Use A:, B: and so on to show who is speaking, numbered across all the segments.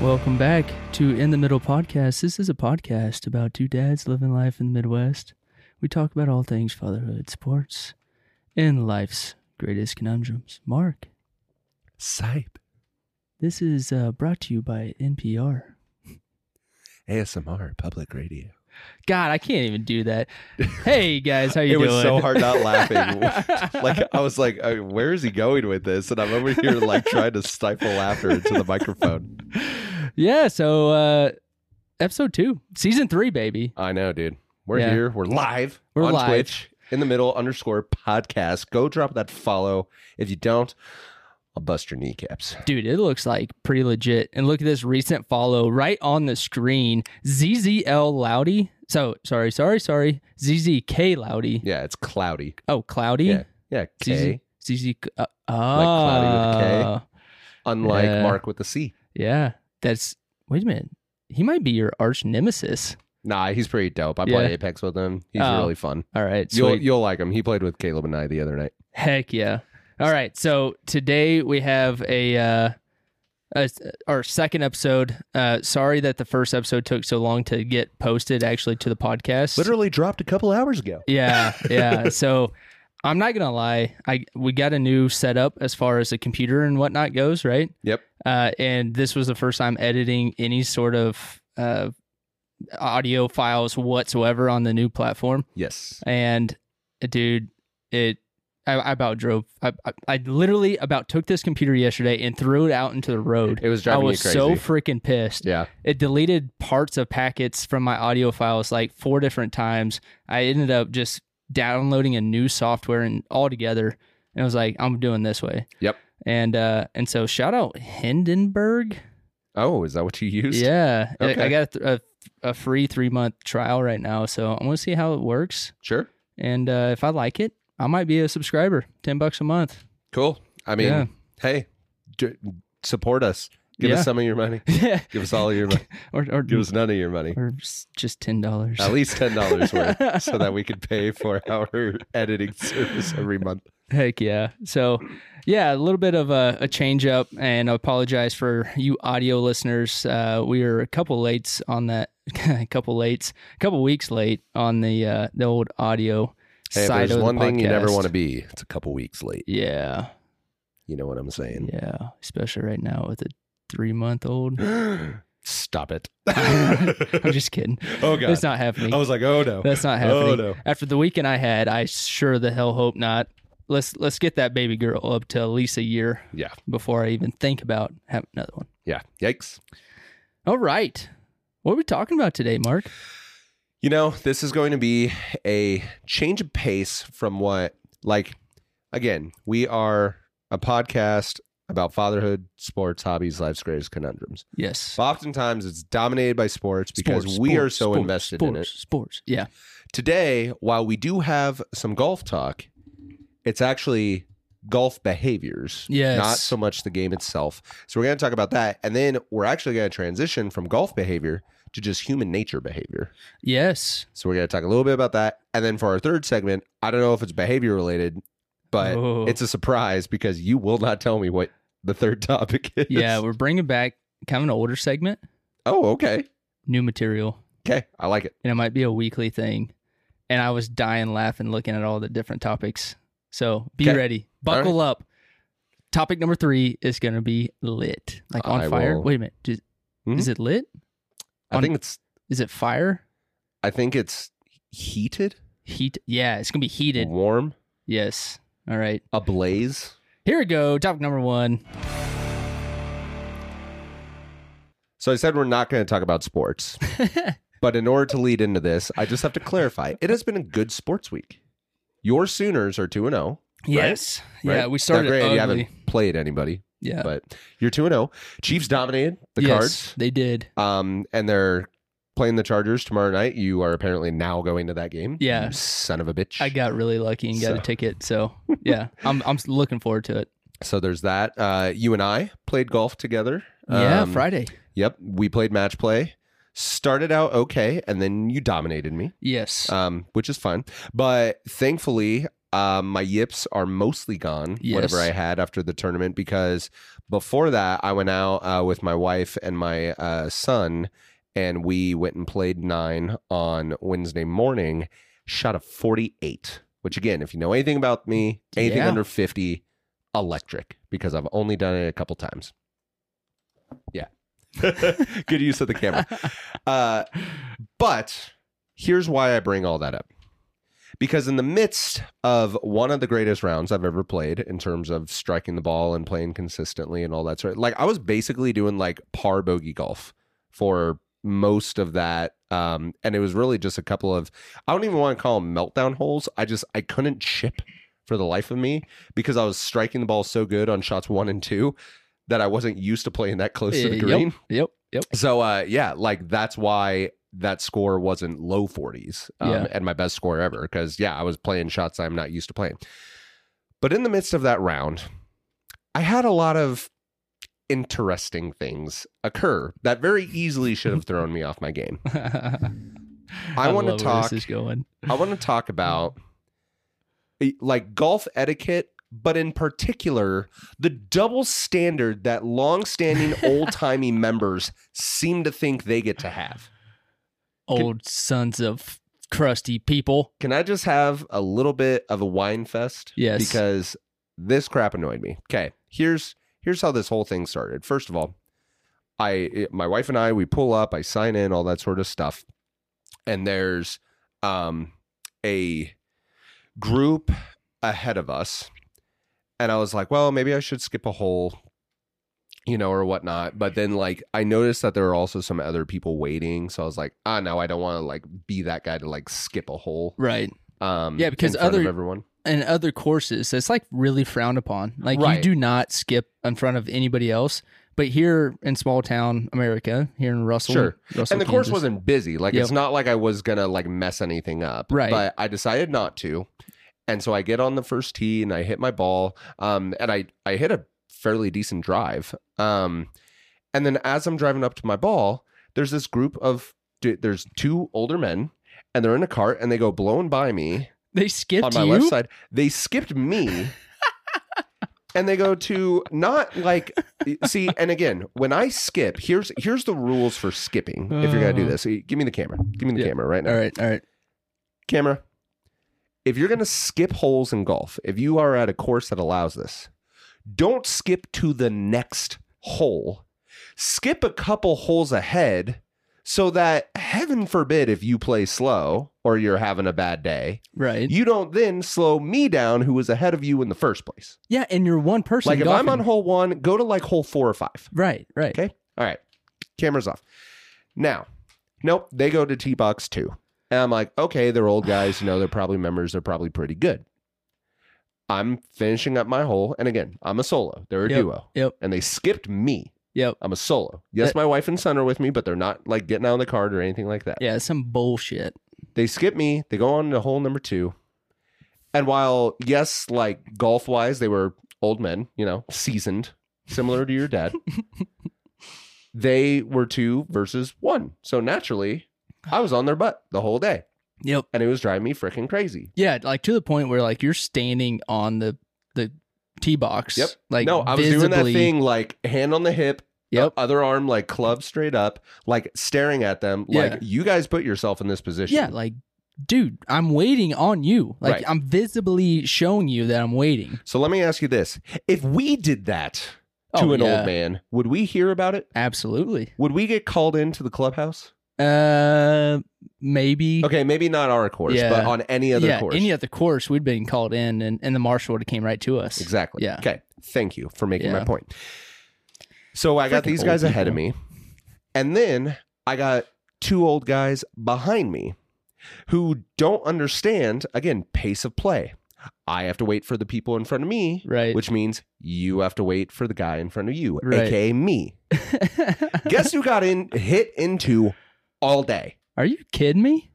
A: Welcome back to In the Middle Podcast. This is a podcast about two dads living life in the Midwest. We talk about all things fatherhood, sports, and life's greatest conundrums. Mark,
B: Sipe.
A: this is uh, brought to you by NPR.
B: ASMR, public radio.
A: God, I can't even do that. Hey guys, how you
B: it
A: doing?
B: was so hard not laughing. like I was like, uh, where is he going with this? And I'm over here like trying to stifle laughter into the microphone.
A: yeah, so uh episode 2, season 3 baby.
B: I know, dude. We're
A: Yeah.
B: here. We're live
A: We're
B: on
A: live.
B: Twitch in the middle underscore podcast. Go drop that follow. If you don't, I'll bust your kneecaps.
A: Dude, it looks like pretty legit. And look at this recent follow right on the screen. ZZL Loudy. So, sorry, sorry, sorry. ZZK Loudy.
B: Yeah, it's cloudy.
A: Oh, Cloudy.
B: Yeah. Yeah, K.
A: ZZ ZZ uh,
B: Cloudy with a
A: ah.
B: Unlike
A: Yeah.
B: Mark with the C.
A: Yeah. That's Wait a minute. He might be your arch nemesis.
B: Nah, he's pretty dope. I
A: Yeah.
B: played Apex with him. He's
A: Oh.
B: really fun.
A: All right.
B: You'll
A: sweet.
B: you'll like him. He played with Caleb and I the other night.
A: Heck yeah. All right. So today we have a, uh, a our second episode. Uh, sorry that the first episode took so long to get posted actually to the podcast.
B: Literally dropped a couple hours ago.
A: Yeah. Yeah. so I'm not going to lie. I, we got a new setup as far as the computer and whatnot goes, right?
B: Yep.
A: Uh, and this was the first time editing any sort of, uh, audio files whatsoever on the new platform
B: Yes.
A: and uh, dude, it I, I about drove. I, I I literally about took this computer yesterday and threw it out into the road.
B: It was
A: I
B: driving
A: was
B: you
A: so
B: crazy.
A: freaking pissed.
B: yeah.
A: It deleted parts of packets from my audio files like four different times. I ended up just downloading a new software and altogether. And I was like, I'm doing this way.
B: Yep.
A: And uh, and so shout out Hindenburg.
B: Oh, is that what you used?
A: Yeah, I- I
B: Okay.
A: got a, th- a, a free three month trial right now, so I'm gonna see how it works
B: Sure.
A: and uh, if I like it, I might be a subscriber. Ten bucks a month.
B: Cool. I mean,
A: Yeah.
B: hey, d- support us. Give
A: Yeah.
B: us some of your money.
A: Yeah,
B: Give us all of your money.
A: or or,
B: Give us none of your money.
A: or s- just ten dollars.
B: At least ten dollars worth, so that we could pay for our editing service every month.
A: Heck yeah! So, yeah, a little bit of a, a change up, and I apologize for you audio listeners. Uh, we are a couple lates on that, a couple lates, a couple weeks late on the uh, the old audio
B: Hey, if
A: side
B: there's
A: of the
B: one thing you never
A: podcast.
B: want to be, it's a couple weeks late.
A: Yeah,
B: You know what I'm saying?
A: yeah, especially right now with a three month old.
B: Stop it.
A: I'm just kidding.
B: oh god.
A: It's not happening.
B: I was like, oh no.
A: That's not happening.
B: Oh no.
A: After the weekend I had, I sure the hell hope not. Let's let's get that baby girl up to at least a year
B: Yeah.
A: before I even think about having another one.
B: Yeah. Yikes.
A: All right. What are we talking about today, Mark?
B: You know, this is going to be a change of pace from what, like, again, we are a podcast about fatherhood, sports, hobbies, life's greatest conundrums.
A: Yes.
B: But oftentimes it's dominated by sports because
A: Sports,
B: we are
A: sports,
B: so
A: sports,
B: invested in it.
A: sports, Sports. Yeah.
B: Today, while we do have some golf talk, it's actually golf behaviors,
A: Yes.
B: not so much the game itself. So we're going to talk about that. And then we're actually going to transition from golf behavior to just human nature behavior.
A: Yes.
B: So we're going to talk a little bit about that. And then for our third segment, I don't know if it's behavior related, but
A: Oh.
B: it's a surprise because you will not tell me what the third topic is.
A: Yeah, we're bringing back kind of an older segment,
B: Oh, okay.
A: new material,
B: Okay. I like it.
A: and it might be a weekly thing. And I was dying laughing looking at all the different topics. So be
B: Okay.
A: ready. Buckle up. Topic number three is going to be lit, like on
B: I
A: fire.
B: will-
A: Wait a minute. Is,
B: Hmm?
A: is it lit?
B: I
A: On-
B: think it's
A: Is it fire?
B: I think it's heated,
A: Heat? Yeah, it's going to be heated.
B: warm,
A: Yes. All right.
B: ablaze.
A: Here we go. Topic number one.
B: So I said we're not going to talk about sports. but in order to lead into this, I just have to clarify. It has been a good sports week. Your Sooners are 2 and 0.
A: Yes. Yeah,
B: right?
A: we
B: Now,
A: started
B: granted, you
A: ugly.
B: haven't played anybody,
A: Yeah.
B: but you're 2 and 0. Chiefs dominated the
A: Yes,
B: cards.
A: They did.
B: Um, and they're playing the Chargers tomorrow night. You are apparently now going to that game.
A: Yeah.
B: you son of a bitch.
A: I got really lucky and got a
B: So-
A: ticket. So, yeah, I'm, I'm looking forward to it.
B: so there's that. Uh, you and I played golf together.
A: Yeah,
B: Um,
A: Friday.
B: Yep, we played match play. Started out okay, and then you dominated me,
A: Yes.
B: um, which is fun. But thankfully, Uh, my yips are mostly gone, whatever
A: Yes.
B: I had after the tournament, because before that, I went out uh, with my wife and my uh, son, and we went and played nine on Wednesday morning, shot a 48, which, again, if you know anything about me, anything
A: Yeah.
B: under 50, electric, because I've only done it a couple times. Yeah. Good use of the camera. Uh, but here's why I bring all that up. Because in the midst of one of the greatest rounds I've ever played in terms of striking the ball and playing consistently and all that sort of like I was basically doing like par bogey golf for most of that. Um, and it was really just a couple of I don't even want to call them meltdown holes. I just I couldn't chip for the life of me because I was striking the ball so good on shots one and two that I wasn't used to playing that close to the
A: Eh, Yep,
B: green.
A: Yep. Yep.
B: So uh yeah, like that's why that score wasn't low 40s um,
A: Yeah.
B: and my best score ever because yeah, I was playing shots I'm not used to playing. But in the midst of that round, I had a lot of interesting things occur that very easily should have thrown me off my game. I wanna
A: love where
B: talk-
A: This is going.
B: I want to talk about eh, like golf etiquette, but in particular, the double standard that long-standing old-timey members seem to think they get to have.
A: Old sons of crusty people.
B: Can I just have a little bit of a wine fest?
A: Yes.
B: Because this crap annoyed me. Okay. Here's here's how this whole thing started. First of all, I it- my wife and I we pull up, I sign in, all that sort of stuff. And there's um a group ahead of us. And I was like, well, maybe I should skip a hole, you know, or whatnot. But then like I noticed that there were also some other people waiting. So I was like, ah no, I don't want to like be that guy to like skip a hole.
A: Right.
B: Um
A: Yeah, because
B: in front of
A: other-
B: everyone.
A: And other courses, that's like really frowned upon. Like you
B: Right.
A: do not skip in front of anybody else. But here in small town America, here in Russell,
B: Sure.
A: Russell
B: and the course
A: Kansas-
B: wasn't busy. Like
A: Yep.
B: it's not like I was gonna like mess anything up.
A: Right.
B: But I decided not to. And so I get on the first tee and I hit my ball. Um and I I hit a fairly decent drive. Um and then as I'm driving up to my ball, there's this group of d- there's two older men and they're in a cart and they go blowing by me
A: They skipped
B: on my
A: you.
B: left side. They skipped me. And they go to not like see and again when I skip here's here's the rules for skipping if you're gonna do
A: Uh.
B: this give me the camera give me the
A: Yeah.
B: camera right now
A: All right. All right.
B: camera if you're gonna skip holes in golf if you are at a course that allows this don't skip to the next hole skip a couple holes ahead so that heaven forbid if you play slow or you're having a bad day
A: Right.
B: you don't then slow me down who was ahead of you in the first place.
A: yeah. And you're one person.
B: Like if I'm
A: golfing.
B: on hole one, go to like hole four or five.
A: Right. Right.
B: Okay. All right. Cameras off. Now, nope, they go to T box two. And I'm like, okay, they're old guys, you know, they're probably members, they're probably pretty good. I'm finishing up my hole. And again, I'm a solo. They're a
A: Yep.
B: duo.
A: Yep.
B: And they skipped me.
A: Yep.
B: I'm a solo. Yes,
A: That-
B: my wife and son are with me, but they're not like getting out of the card or anything like that.
A: Yeah. it's Some bullshit.
B: They skip me. They go on to hole number two. And while, yes, like golf wise, they were old men, you know, seasoned, similar to your dad, they were two versus one. So naturally, I was on their butt the whole day
A: Yep.
B: and it was driving me freaking crazy.
A: Yeah, like to the point where like you're standing on the the tee box.
B: Yep.
A: Like
B: no, I was
A: visibly,
B: doing that thing like hand on the hip,
A: Yep.
B: other arm like club straight up, like staring at them, like
A: Yeah.
B: you guys put yourself in this position.
A: Yeah, like dude, I'm waiting on you. Like
B: Right.
A: I'm visibly showing you that I'm waiting.
B: So let me ask you this if we did that to
A: Oh,
B: an
A: yeah.
B: old man, would we hear about it?
A: Absolutely.
B: Would we get called into the clubhouse?
A: Uh, maybe.
B: Okay, maybe not our course,
A: Yeah.
B: but on any other
A: yeah,
B: course.
A: any other course, we'd been called in, and, and the marshal would have came right to us.
B: exactly.
A: Yeah.
B: Okay. Thank you for making my
A: Yeah.
B: point. So I got
A: Freaking
B: these guys
A: old
B: ahead of me, and then I got two old guys behind me who don't understand again pace of play. I have to wait for the people in front of me,
A: Right.
B: which means you have to wait for the guy in front of you,
A: Right.
B: aka me. Guess who got in hit into all day?
A: Are you kidding me?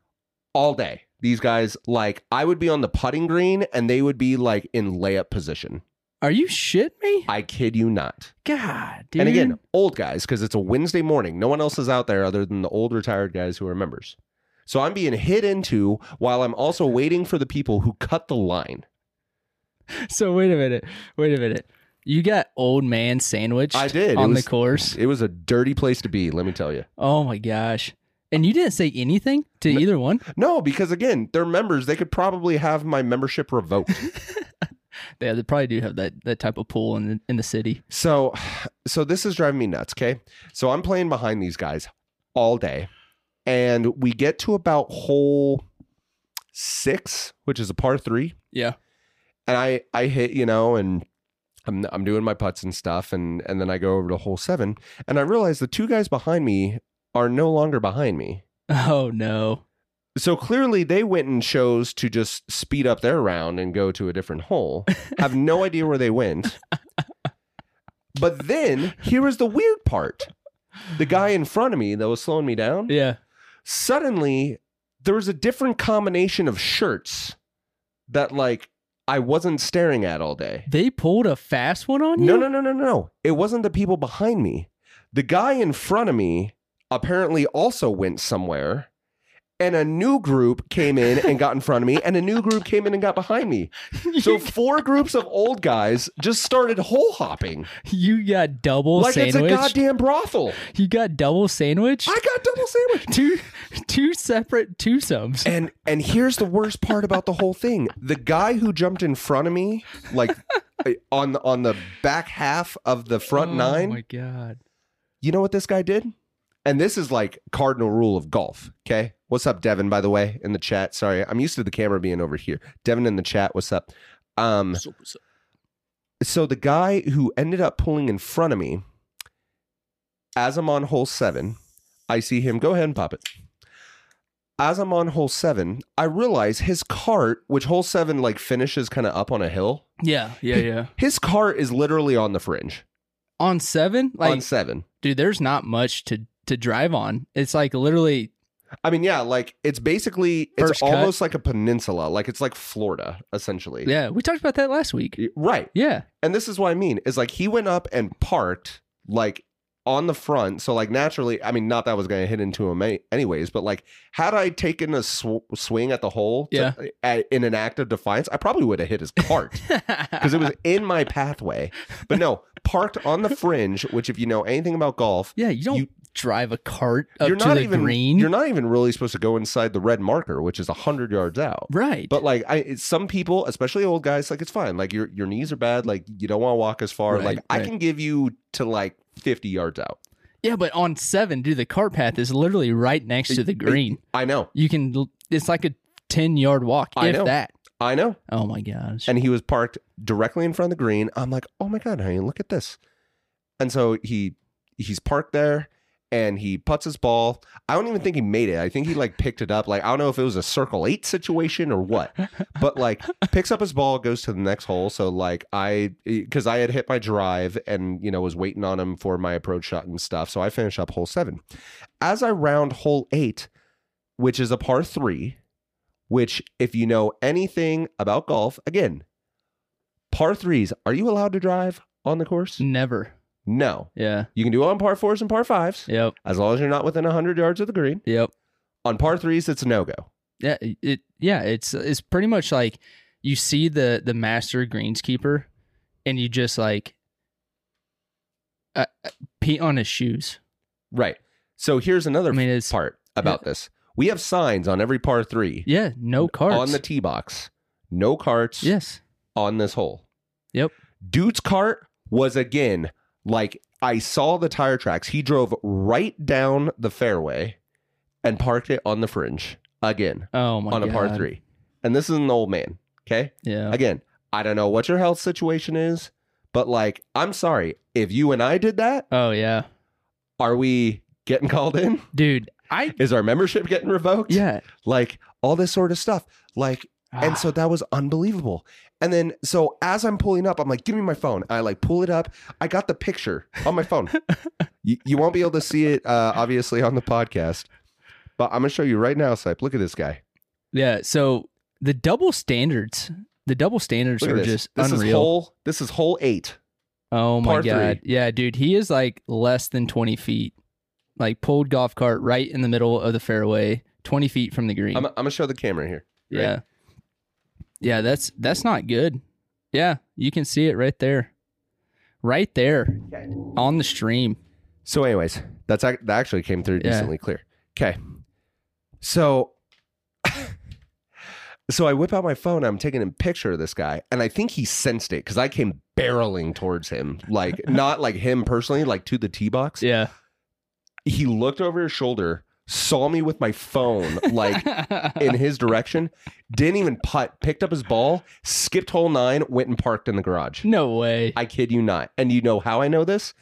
B: all day. These guys, like, I would be on the putting green and they would be like in layup position.
A: Are you shit me?
B: I kid you not.
A: God, dude.
B: And again, old guys, because it's a Wednesday morning. No one else is out there other than the old retired guys who are members. So I'm being hit into while I'm also waiting for the people who cut the line.
A: so wait a minute. Wait a minute. You got old man sandwich
B: I did. It
A: on
B: was-
A: the course.
B: It was a dirty place to be, let me tell you.
A: Oh my gosh. And you didn't say anything to either one?
B: No, because again, they're members. They could probably have my membership revoked.
A: Yeah, they probably do have that, that type of pool in the, in the city.
B: So, so this is driving me nuts. Okay. So I'm playing behind these guys all day, and we get to about hole six, which is a par three,
A: Yeah.
B: and I I hit you know, and I'm I'm doing my putts and stuff, and and then I go over to hole seven, and I realize the two guys behind me are no longer behind me.
A: Oh no.
B: So clearly they went and chose to just speed up their round and go to a different hole. Have no idea where they went. But then here is the weird part. The guy in front of me that was slowing me down,
A: Yeah.
B: suddenly there was a different combination of shirts that like I wasn't staring at all day.
A: They pulled a fast one on you?
B: No, no, no, no, no. It wasn't the people behind me. The guy in front of me apparently also went somewhere, and a new group came in and got in front of me, and a new group came in and got behind me. So four groups of old guys just started hole hopping
A: you got double
B: like it's a
A: sandwich.
B: goddamn brothel.
A: you got double sandwich?
B: I got double sandwich.
A: two two separate twosomes.
B: And and here's the worst part about the whole thing: the guy who jumped in front of me, like eh, on the, on the back half of the front
A: Oh
B: nine.
A: my god.
B: You know what this guy did? And this is like cardinal rule of golf. Okay. What's up, Devin, by the way, in the chat? Sorry, I'm used to the camera being over here. Devin in the chat, what's up? Um, so the guy who ended up pulling in front of me, as I'm on hole seven, I see him. Go ahead and pop it. As I'm on hole seven, I realize his cart, which hole seven like finishes kind of up on a hill,
A: Yeah, yeah, yeah.
B: his cart is literally on the fringe
A: On seven, like
B: on seven.
A: dude, there's not much to to drive on. It's like literally
B: I mean, yeah, like it's basically it's
A: First cut.
B: almost like a peninsula, like it's like Florida essentially.
A: yeah. We talked about that last week.
B: Right.
A: Yeah,
B: And this is what I mean is like he went up and parked like on the front, so like naturally, I mean, not that I was going to hit into him any- anyways, but like had I taken a sw- swing at the hole to-
A: Yeah.
B: at- in an act of defiance, I probably would have hit his cart because it was in my pathway. But no, parked on the fringe, which if you know anything about golf,
A: yeah. You don't
B: You-
A: drive a cart up
B: you're
A: to
B: not
A: the
B: even
A: green,
B: you're not even really supposed to go inside the red marker, which is 100 yards out.
A: right?
B: But like, I it's- some people, especially old guys, like it's fine. Like your your knees are bad. Like you don't want to walk as far.
A: Right,
B: like I
A: right.
B: can give you to like fifty yards out.
A: yeah, but on seven, dude, the cart path is literally right next to the green.
B: I know,
A: You can. l- It's like a ten yard walk,
B: I
A: if
B: know.
A: that.
B: I know.
A: Oh my gosh.
B: And he was parked directly in front of the green. I'm like, oh my god, honey, look at this. And so he he's parked there. And he puts his ball. I don't even think he made it. I think he like picked it up. Like I don't know if it was a circle eight situation or what. but like picks up his ball goes to the next hole so like i because i had hit my drive and you know was waiting on him for my approach shot and stuff so i finish up hole seven as i round hole eight which is a par three which if you know anything about golf again par threes are you allowed to drive on the course
A: Never.
B: no
A: Yeah.
B: you can do it on par fours and par fives
A: Yep.
B: as long as you're not within 100 yards of the green
A: Yep.
B: on par threes it's a no-go
A: Yeah, it yeah, it's it's pretty much like you see the the master greenskeeper and you just like uh, uh, pee on his shoes.
B: right so here's another
A: I mean, it's
B: part about this. We have signs on every par three
A: yeah, no carts.
B: on the tee box. No carts
A: yes.
B: on this hole.
A: Yep.
B: Dude's cart was again like I saw the tire tracks. He drove right down the fairway and parked it on the fringe again
A: Oh my
B: on a
A: god.
B: par three. And this is an old man. Okay.
A: Yeah.
B: Again, I don't know what your health situation is, but like, I'm sorry. If you and I did that,
A: oh yeah.
B: are we getting called in?
A: Dude, I
B: Is our membership getting revoked?
A: yeah.
B: like all this sort of stuff like
A: Ah,
B: and so that was unbelievable and then so as i'm pulling up i'm like give me my phone i like pull it up i got the picture on my phone you, you won't be able to see it uh, obviously on the podcast but i'm gonna show you right now Sipe. look at this guy
A: yeah, so the double standards, the double standards
B: look at
A: are
B: this
A: just
B: this is
A: unreal.
B: whole this is whole eight
A: Oh my
B: Par
A: god. Yeah, dude, he is like less than 20 feet. Like pulled golf cart right in the middle of the fairway, 20 feet from the green.
B: I'm, I'm gonna show the camera here right?
A: Yeah. Yeah, that's that's not good. Yeah, you can see it right there. Right there on the stream.
B: So, anyways, that's ac- that actually came through
A: Yeah.
B: decently clear. Okay, so so I whip out my phone. I'm taking a picture of this guy, and I think he sensed it because I came barreling towards him, like not like him personally, like to the tee box.
A: Yeah.
B: He looked over his shoulder, saw me with my phone, like. In his direction, didn't even putt, picked up his ball, skipped hole nine, went and parked in the garage.
A: no way.
B: I kid you not. And you know how I know this?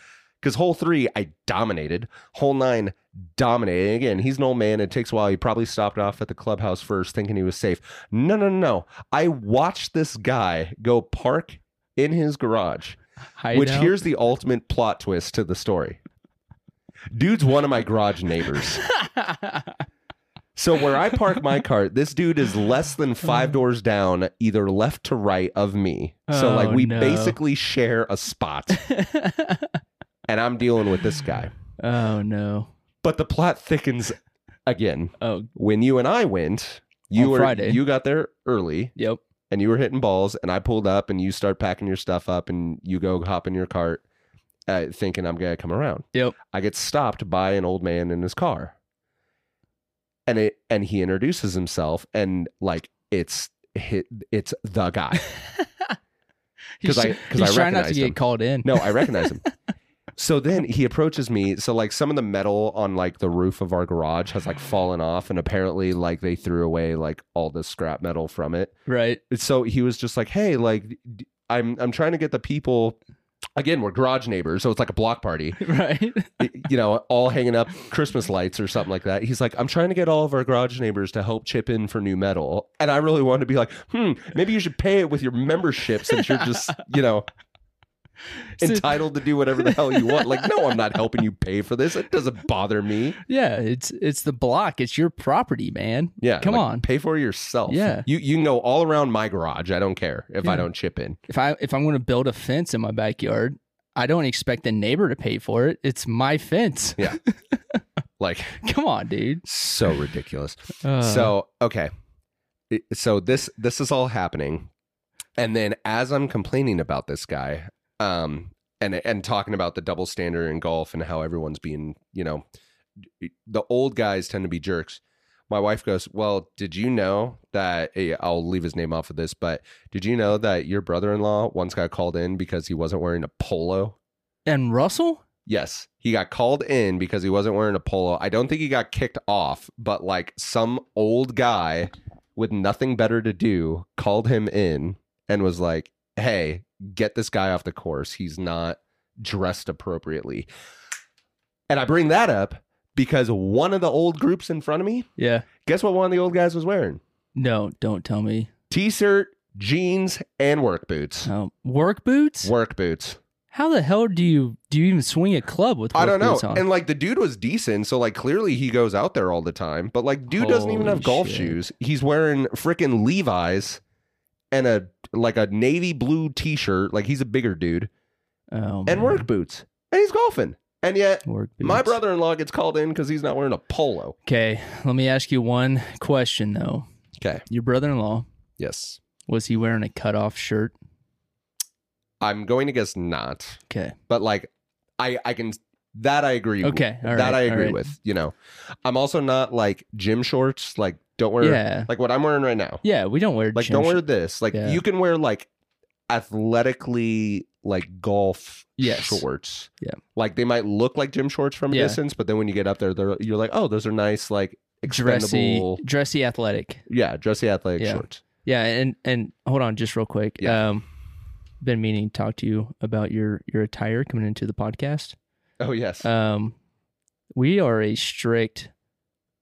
B: Because hole three, I dominated. Hole nine, dominated. And again, he's an old man. It takes a while. He probably stopped off at the clubhouse first thinking he was safe. No, no, no, no. I watched this guy go park in his garage,
A: Hideout?
B: which here's the ultimate plot twist to the story. Dude's one of my garage neighbors. So where I park my cart, this dude is less than five doors down, either left to right of me. So
A: Oh,
B: like we
A: no.
B: basically share a spot and I'm dealing with this guy.
A: oh no.
B: But the plot thickens again.
A: Oh,
B: When you and I went, you
A: On
B: were
A: Friday.
B: you got there early
A: yep.
B: and you were hitting balls, and I pulled up and you start packing your stuff up and you go hop in your cart, uh, thinking I'm gonna come around.
A: Yep.
B: I get stopped by an old man in his car, and it and he introduces himself and like it's hit it's the guy.
A: He's
B: 'Cause I-
A: tr-
B: 'cause
A: he's
B: I
A: trying not to
B: recognized
A: get
B: him.
A: called in.
B: No, I recognize him. so then he approaches me. So like some of the metal on like the roof of our garage has like fallen off, and apparently like they threw away like all the scrap metal from it.
A: Right.
B: So he was just like, "Hey, like d- I'm I'm trying to get the people." Again, we're garage neighbors, so it's like a block party,
A: Right.
B: you know, all hanging up Christmas lights or something like that. He's like, I'm trying to get all of our garage neighbors to help chip in for new metal. And I really wanted to be like, hmm, maybe you should pay it with your membership since you're just, you know,
A: So-
B: entitled to do whatever the hell you want. Like, no, I'm not helping you pay for this. It doesn't bother me.
A: yeah, it's it's the block. It's your property, man.
B: Yeah.
A: Come
B: like,
A: on.
B: Pay for it yourself.
A: Yeah.
B: You you can go all around my garage. I don't care if
A: Yeah.
B: I don't chip in.
A: If I if I'm going to build a fence in my backyard, I don't expect the neighbor to pay for it. It's my fence.
B: Like,
A: Come on, dude.
B: so ridiculous.
A: Uh,
B: so okay It- so this this is all happening and then as i'm complaining about this guy um and and talking about the double standard in golf and how everyone's being you know the old guys tend to be jerks my wife goes well did you know that eh, i'll leave his name off of this but did you know that your brother-in-law once got called in because he wasn't wearing a polo
A: and Russell?
B: Yes, he got called in because he wasn't wearing a polo. I don't think he got kicked off, but like some old guy with nothing better to do called him in and was like, "Hey, get this guy off the course. He's not dressed appropriately." And I bring that up because one of the old groups in front of me,
A: Yeah.
B: guess what one of the old guys was wearing?
A: No, don't tell me.
B: T-shirt, jeans, and work boots.
A: Um, work boots?
B: Work boots.
A: How the hell do you do you even swing a club with work
B: I don't know.
A: boots on?
B: And like the dude was decent, so like clearly he goes out there all the time. But like dude doesn't even
A: Holy
B: have golf
A: shit.
B: shoes. He's wearing freaking Levi's and a like a navy blue t-shirt. Like he's a bigger dude
A: oh,
B: and
A: man.
B: work boots. And he's golfing. And yet
A: Work boots.
B: my brother-in-law gets called in cuz he's not wearing a polo.
A: Okay, let me ask you one question though.
B: Okay.
A: Your brother-in-law
B: Yes.
A: was he wearing a cutoff shirt?
B: I'm going to guess not.
A: Okay.
B: But like I I can that I agree with.
A: Okay. all right,
B: that I
A: all
B: agree
A: right.
B: with, you know. I'm also not like gym shorts like don't wear
A: yeah.
B: like what I'm wearing right now.
A: Yeah. We don't wear
B: like
A: gym
B: don't wear
A: shorts.
B: this like
A: Yeah.
B: you can wear like athletically like golf
A: Yes.
B: shorts
A: Yeah.
B: like they might look like gym shorts from a
A: Yeah.
B: distance but then when you get up there they're, you're like oh those are nice like
A: dressy,
B: expendable
A: dressy athletic.
B: yeah dressy athletic
A: Yeah.
B: shorts
A: Yeah. And and hold on, just real quick.
B: Yeah.
A: Um, been meaning to talk to you about your your attire coming into the podcast.
B: oh yes
A: Um, we are a strict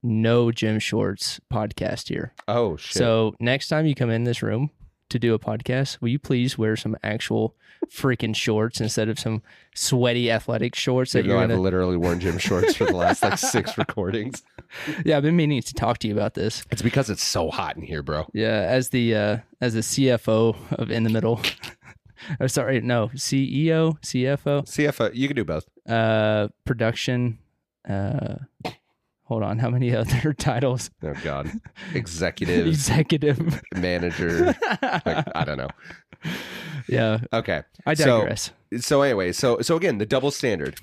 A: no gym shorts podcast here.
B: oh shit
A: So next time you come in this room to do a podcast, will you please wear some actual freaking shorts instead of some sweaty athletic shorts that
B: Even though
A: you're
B: I've
A: gonna?
B: literally worn gym shorts for the last like six recordings.
A: Yeah, I've been meaning to talk to you about this.
B: It's because it's so hot in here, bro.
A: Yeah, as the uh, as the CFO of In the Middle. oh, sorry, no E CEO, CFO,
B: CFO, you can do both.
A: uh, production. Uh, hold on, how many other titles?
B: Oh God, executive
A: Executive.
B: manager. Like, I don't know.
A: yeah,
B: Okay.
A: I
B: So-
A: digress.
B: So anyway, so so again, the double standard.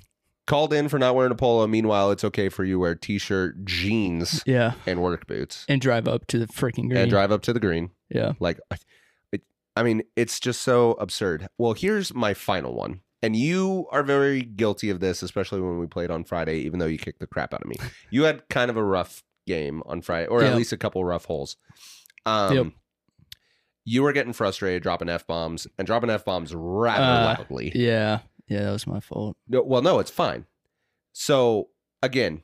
B: Called in for not wearing a polo. Meanwhile, it's okay for you to wear t-shirt, jeans,
A: yeah,
B: and work boots
A: and drive up to the freaking green.
B: and drive up to the green.
A: yeah,
B: Like, I- it, I mean, it's just so absurd. Well, here's my final one. And you are very guilty of this, especially when we played on Friday, even though you kicked the crap out of me. You had kind of a rough game on Friday, or
A: Yep.
B: at least a couple rough holes. Um,
A: Yep.
B: You were getting frustrated, dropping F bombs, and dropping F bombs rather
A: Uh,
B: loudly.
A: yeah, yeah. That was my fault.
B: No, well, no, it's fine. So again,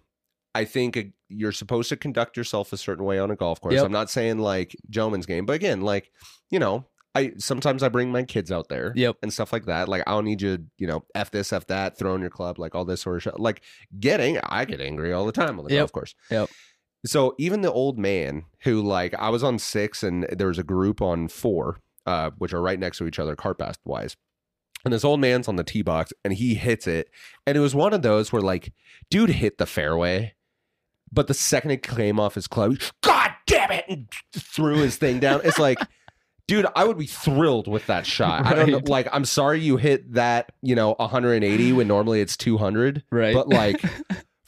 B: I think uh, you're supposed to conduct yourself a certain way on a golf course.
A: Yep.
B: I'm not saying like gentleman's game, but again, like you know, I sometimes I bring my kids out there
A: Yep.
B: and stuff like that. Like I don't need you, to, you know, f this, f that, throwing your club, like all this sort of shit. Like getting, I get angry all the time on the
A: Yep.
B: golf course.
A: Yep.
B: So even the old man who like I was on six and there was a group on four, uh, which are right next to each other, cart path wise. And this old man's on the tee box and he hits it. And it was one of those where like, dude hit the fairway, but the second it came off his club, God damn it, and threw his thing down. It's like, dude, I would be thrilled with that shot. I don't know,
A: Right.
B: like, I'm sorry you hit that, you know, 180 when normally it's 200,
A: Right.
B: but like,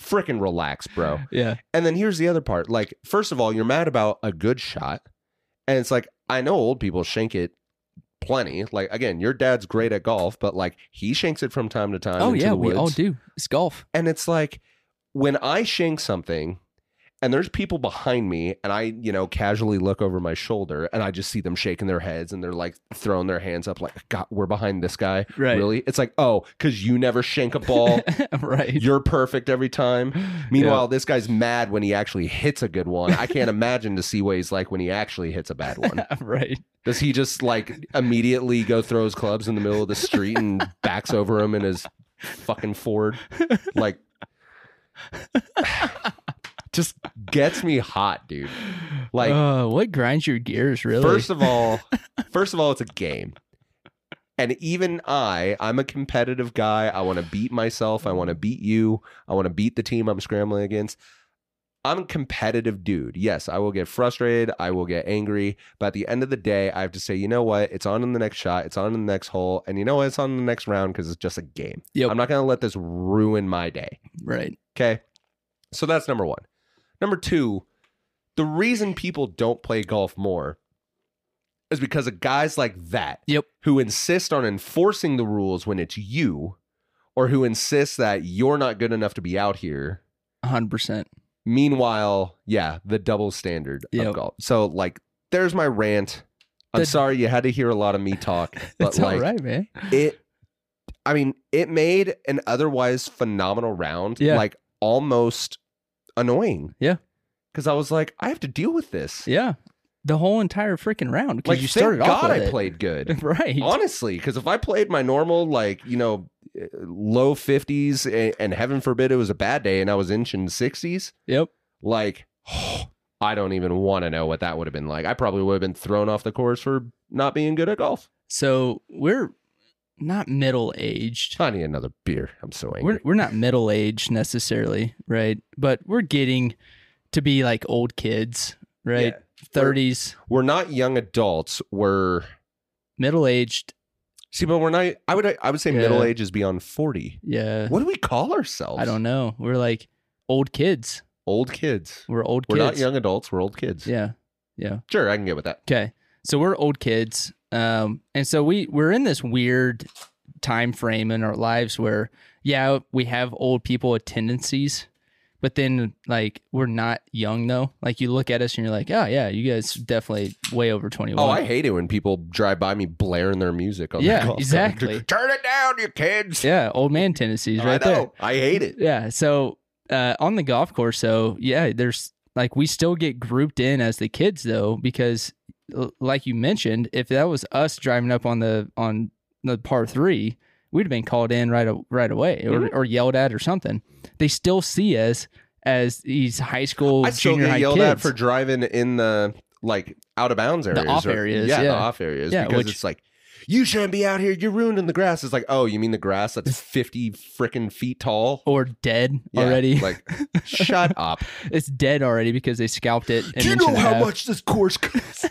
B: freaking relax, bro.
A: yeah,
B: And then here's the other part. Like, first of all, you're mad about a good shot. And it's like, I know old people shank it plenty. Like, again, your dad's great at golf, but like he shanks it from time to time.
A: oh
B: into
A: yeah,
B: the
A: we all
B: woods.
A: do. It's golf.
B: And it's like when I shank something and there's people behind me and I, you know, casually look over my shoulder and I just see them shaking their heads and they're like throwing their hands up like, God, we're behind this guy.
A: Right.
B: Really? It's like, oh, because you never shank a ball.
A: right.
B: You're perfect every time.
A: Yeah.
B: Meanwhile, this guy's mad when he actually hits a good one. I can't imagine to see what he's like when he actually hits a bad one.
A: right.
B: Does he just like immediately go throw his clubs in the middle of the street and backs over him in his fucking Ford? Like, just gets me hot, dude. Like,
A: Uh, what grinds your gears, really?
B: First of all, first of all, it's a game. And even I, I'm a competitive guy. I want to beat myself. I want to beat you. I want to beat the team I'm scrambling against. I'm a competitive dude. Yes, I will get frustrated. I will get angry. But at the end of the day, I have to say, you know what? It's on in the next shot. It's on in the next hole. And you know what? It's on in the next round because it's just a game.
A: Yep.
B: I'm not going to let this ruin my day.
A: right.
B: Okay. So that's number one. Number two, the reason people don't play golf more is because of guys like that
A: Yep.
B: who insist on enforcing the rules when it's you, or who insist that you're not good enough to be out here.
A: hundred percent.
B: Meanwhile, yeah, the double standard
A: Yep.
B: of golf. So, like, there's my rant. I'm
A: The-
B: sorry you had to hear a lot of me talk, but
A: It's
B: like,
A: all right, man.
B: it i mean it made an otherwise phenomenal round
A: Yeah.
B: like almost annoying
A: Yeah.
B: because i was like i have to deal with this
A: Yeah. The whole entire freaking round because
B: like
A: you
B: thank
A: started off
B: god
A: with
B: i
A: it.
B: played good
A: Right.
B: honestly because if i played my normal like you know eh, low 50s and, and heaven forbid it was a bad day and i was inching 60s
A: Yep.
B: like i don't even want to know what that would have been like i probably would have been thrown off the course for not being good at golf
A: So we're not middle aged.
B: i need another beer i'm so angry
A: We're we're not middle aged necessarily, right? But we're getting to be like old kids, right?
B: Yeah.
A: Thirties,
B: we're not young adults. We're
A: middle aged.
B: see, but we're not. I would I would say
A: Yeah.
B: middle age is beyond forty.
A: Yeah.
B: What do we call ourselves?
A: I don't know. We're like old kids.
B: Old kids.
A: We're old
B: We're
A: kids.
B: not young adults. We're old kids.
A: Yeah. Yeah.
B: Sure, I can get with that.
A: Okay. So we're old kids. Um, and so we we're in this weird time frame in our lives where yeah, we have old people with tendencies, but then like we're not young though. Like you look at us and you're like, "Oh yeah, you guys definitely way over 21."
B: Oh, I hate it when people drive by me blaring their music on
A: Yeah,
B: the golf cart.
A: exactly.
B: Turn it down, you kids.
A: Yeah, old man tendencies right
B: Oh, I know.
A: there.
B: I hate it.
A: Yeah. So uh, on the golf course, though, yeah, there's like we still get grouped in as the kids though, because l- like you mentioned, if that was us driving up on the on the par three, we'd have been called in right a- right away or,
B: Mhm.
A: or yelled at or something. They still see us as these high school
B: I still
A: junior
B: get
A: high
B: yelled
A: kids.
B: at for driving in the like out of bounds
A: The
B: areas,
A: off
B: or-
A: areas,
B: yeah, the
A: yeah.
B: off areas,
A: Yeah,
B: because
A: which-
B: it's like you shouldn't be out here. You're ruining the grass. It's like, oh, you mean the grass that's 50 freaking feet tall?
A: or dead
B: Yeah,
A: Oh, already.
B: Like, shut up.
A: it's dead already because they scalped it. an
B: Do you
A: inch
B: know
A: and a
B: how
A: half.
B: much this course costs?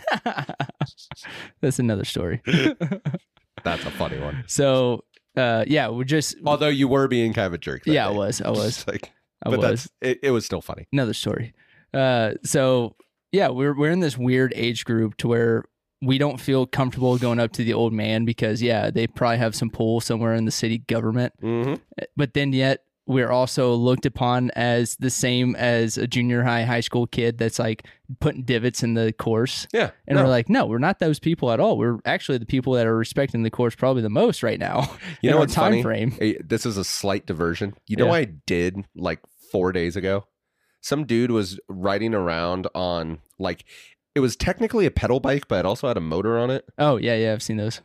A: That's another story.
B: that's a funny one.
A: So, uh, yeah, we're just
B: Although you were being kind of a jerk. that
A: yeah, I
B: day.
A: was, I was,
B: It's like,
A: I
B: but
A: was.
B: that's it, it was still funny.
A: Another story. Uh, so yeah, we're we're in this weird age group to where we don't feel comfortable going up to the old man because yeah, they probably have some pull somewhere in the city government.
B: Mm-hmm.
A: But then yet we're also looked upon as the same as a junior high high school kid that's like putting divots in the course.
B: Yeah.
A: And
B: no.
A: we're like, no, we're not those people at all. We're actually the people that are respecting the course probably the most right now.
B: you
A: in
B: know
A: our
B: what's
A: time
B: funny?
A: frame.
B: Hey, this is a slight diversion. You know
A: Yeah.
B: what I did like four days ago? Some dude was riding around on like it was technically a pedal bike, but it also had a motor on it.
A: Oh yeah, yeah, I've seen those.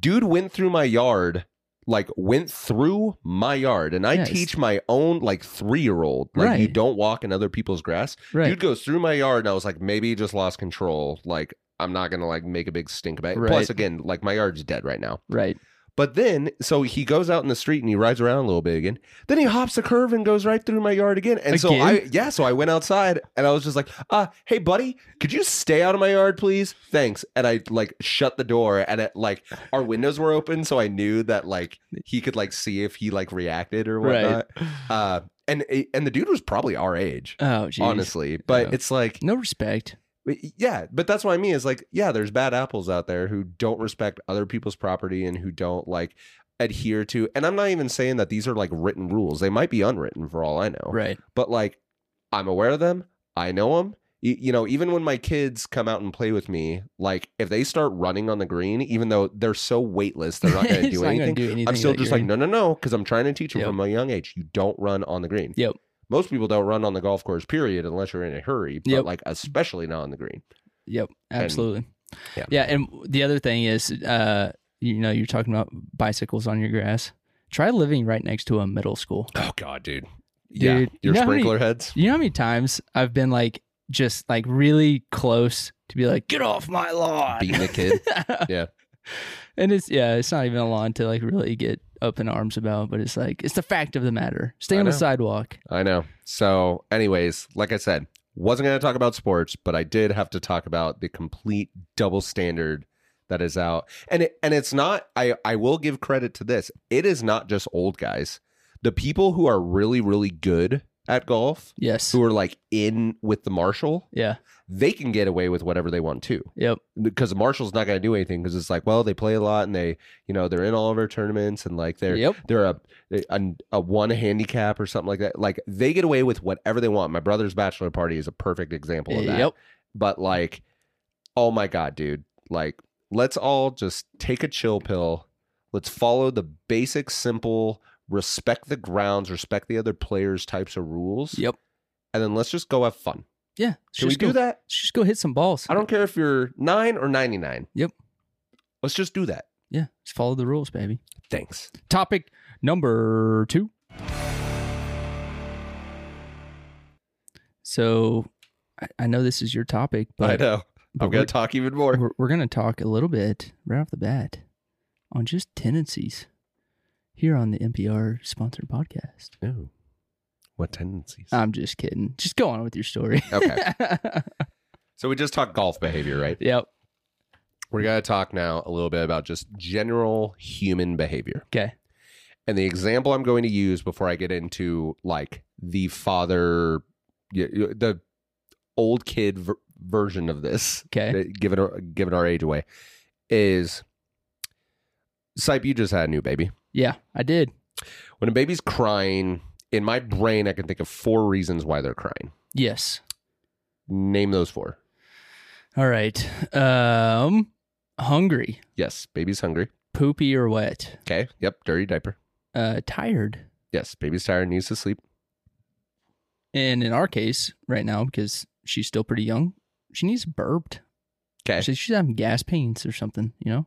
B: Dude went through my yard, like went through my yard, and I
A: Yes.
B: teach my own like three year old like you
A: Right.
B: don't walk in other people's grass.
A: Right.
B: Dude goes through my yard, and I was like, maybe he just lost control. Like I'm not gonna like make a big stink about it. Plus,
A: Right.
B: again, like my yard's dead right now.
A: Right.
B: But then, so he goes out in the street and he rides around a little bit again. Then he hops a curve and goes right through my yard again. And so I,
A: Again?
B: yeah, so I went outside and I was just like, uh, hey, buddy, could you stay out of my yard, please? Thanks. And I like shut the door and it like our windows were open. So I knew that like he could like see if he like reacted or
A: Right.
B: whatnot. Uh, and, and the dude was probably our age,
A: Oh geez.
B: honestly. But
A: Yeah.
B: it's like,
A: No respect.
B: but Yeah, but that's what I mean. Is like, yeah, there's bad apples out there who don't respect other people's property and who don't like adhere to. And I'm not even saying that these are like written rules. They might be unwritten for all I know.
A: Right.
B: But like, I'm aware of them. I know them. You, know, even when my kids come out and play with me, like if they start running on the green, even though they're so weightless, they're not going to
A: It's
B: do
A: not gonna
B: anything.
A: do anything
B: I'm still
A: that
B: just
A: you're
B: like, no, no, no, because I'm trying to teach them
A: Yep.
B: from a young age. You don't run on the green.
A: Yep.
B: Most people don't run on the golf course, period, unless you're in a hurry. But
A: Yep.
B: like, especially not on the green.
A: Yep,
B: And-
A: absolutely.
B: Yeah.
A: yeah, and the other thing is, uh, you know, you're talking about bicycles on your grass. Try living right next to a middle school.
B: Oh God, dude.
A: Dude,
B: yeah,
A: you
B: your
A: know how many-
B: sprinkler heads.
A: You know how many times I've been like, just like really close to be like, get off my lawn,
B: Beating the kid. Yeah.
A: and it's yeah, it's not even a lawn to like really get up in arms about, but it's like it's the fact of the matter. Stay
B: I
A: on the
B: know.
A: sidewalk.
B: I know. So, anyways, like I said, wasn't going to talk about sports, but I did have to talk about the complete double standard that is out. And it, and it's not. I I will give credit to this. It is not just old guys. The people who are really really good at golf,
A: Yes.
B: who are like in with the marshal,
A: Yeah.
B: they can get away with whatever they want too.
A: Yep.
B: Because the marshal's not going to do anything. Because it's like, well, they play a lot and they, you know, they're in all of our tournaments and like they're
A: Yep.
B: they're a, a a one handicap or something like that. Like they get away with whatever they want. My brother's bachelor party is a perfect example of that.
A: Yep.
B: But like, oh my god, dude! Like, let's all just take a chill pill. Let's follow the basic, simple, respect the grounds, respect the other players' types of rules,
A: Yep.
B: and then let's just go have fun.
A: Yeah.
B: Should we
A: Just
B: do
A: go-
B: that?
A: Just go hit some balls.
B: I don't care if you're nine or ninety nine.
A: Yep.
B: Let's just do that.
A: Yeah. Just follow the rules, baby.
B: Thanks.
A: Topic number two. So I, I know this is your topic, but,
B: I know.
A: but
B: I'm gonna talk even more.
A: we're, we're, we're going to talk a little bit right off the bat on just tendencies here on the NPR sponsored podcast.
B: No. What tendencies?
A: I'm just kidding. Just go on with your story.
B: okay. So we just talked golf behavior, right?
A: yep.
B: We're going to talk now a little bit about just general human behavior.
A: Okay.
B: And the example I'm going to use before I get into like the father, y- y- the old kid ver- version of this,
A: Okay.
B: that- given, our, given our age away, is Sipe, you just had a new baby.
A: Yeah, I did.
B: When a baby's crying, in my brain, I can think of four reasons why they're crying.
A: Yes.
B: Name those four.
A: All right. Um, hungry,
B: Yes, baby's hungry.
A: poopy or wet,
B: Okay. Yep. Dirty diaper.
A: uh, tired,
B: Yes, baby's tired, needs to sleep.
A: And in our case, right now, because she's still pretty young, she needs burped.
B: Okay.
A: She, she's having gas pains or something, you know?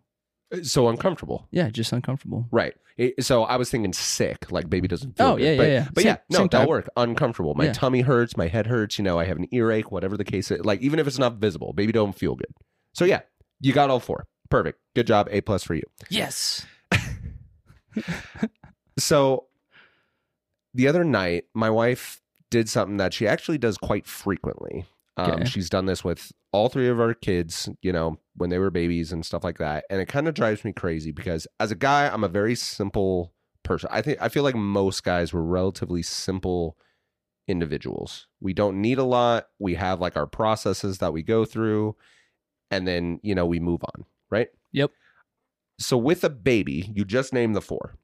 B: Uh, So uncomfortable.
A: Yeah, just uncomfortable.
B: Right. It- so I was thinking sick, like baby doesn't feel
A: Oh,
B: good.
A: yeah,
B: but,
A: yeah, yeah.
B: But
A: Same-
B: yeah, no,
A: same
B: that'll
A: type.
B: work. Uncomfortable. My
A: Yeah.
B: tummy hurts, my head hurts, you know, I have an earache, whatever the case is. Like, even if it's not visible, baby don't feel good. So yeah, you got all four. Perfect. Good job. A plus for you.
A: Yes.
B: So the other night, my wife did something that she actually does quite frequently. Um,
A: Okay.
B: She's done this with all three of our kids, you know, when they were babies and stuff like that. And it kind of drives me crazy because as a guy, I'm a very simple person. I think I feel like most guys were relatively simple individuals. We don't need a lot. We have like our processes that we go through and then, you know, we move on, right?
A: Yep.
B: So with a baby, you just name the four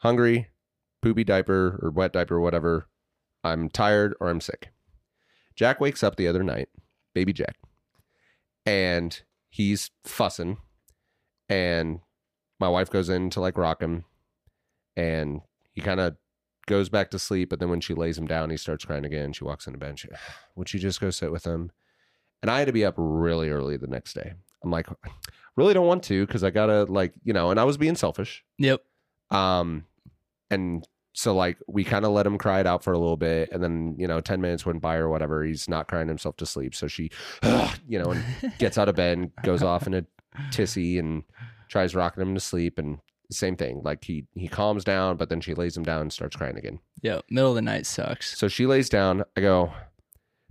B: hungry, poopy diaper or wet diaper, whatever. I'm tired or I'm sick. Jack wakes up the other night, baby Jack, and he's fussing. And my wife goes in to like rock him, and he kind of goes back to sleep. But then when she lays him down, he starts crying again. She walks into bed. And she, Would you just go sit with him? And I had to be up really early the next day. I'm like, really don't want to because I gotta like you know. And I was being selfish.
A: Yep.
B: Um, and so like we kind of let him cry it out for a little bit, and then you know ten minutes went by or whatever. He's not crying himself to sleep, so she, you know, and gets out of bed and goes off in a tissy and tries rocking him to sleep, and same thing. Like he he calms down, but then she lays him down and starts crying again.
A: Yep. Middle of the night sucks.
B: So she lays down. I go,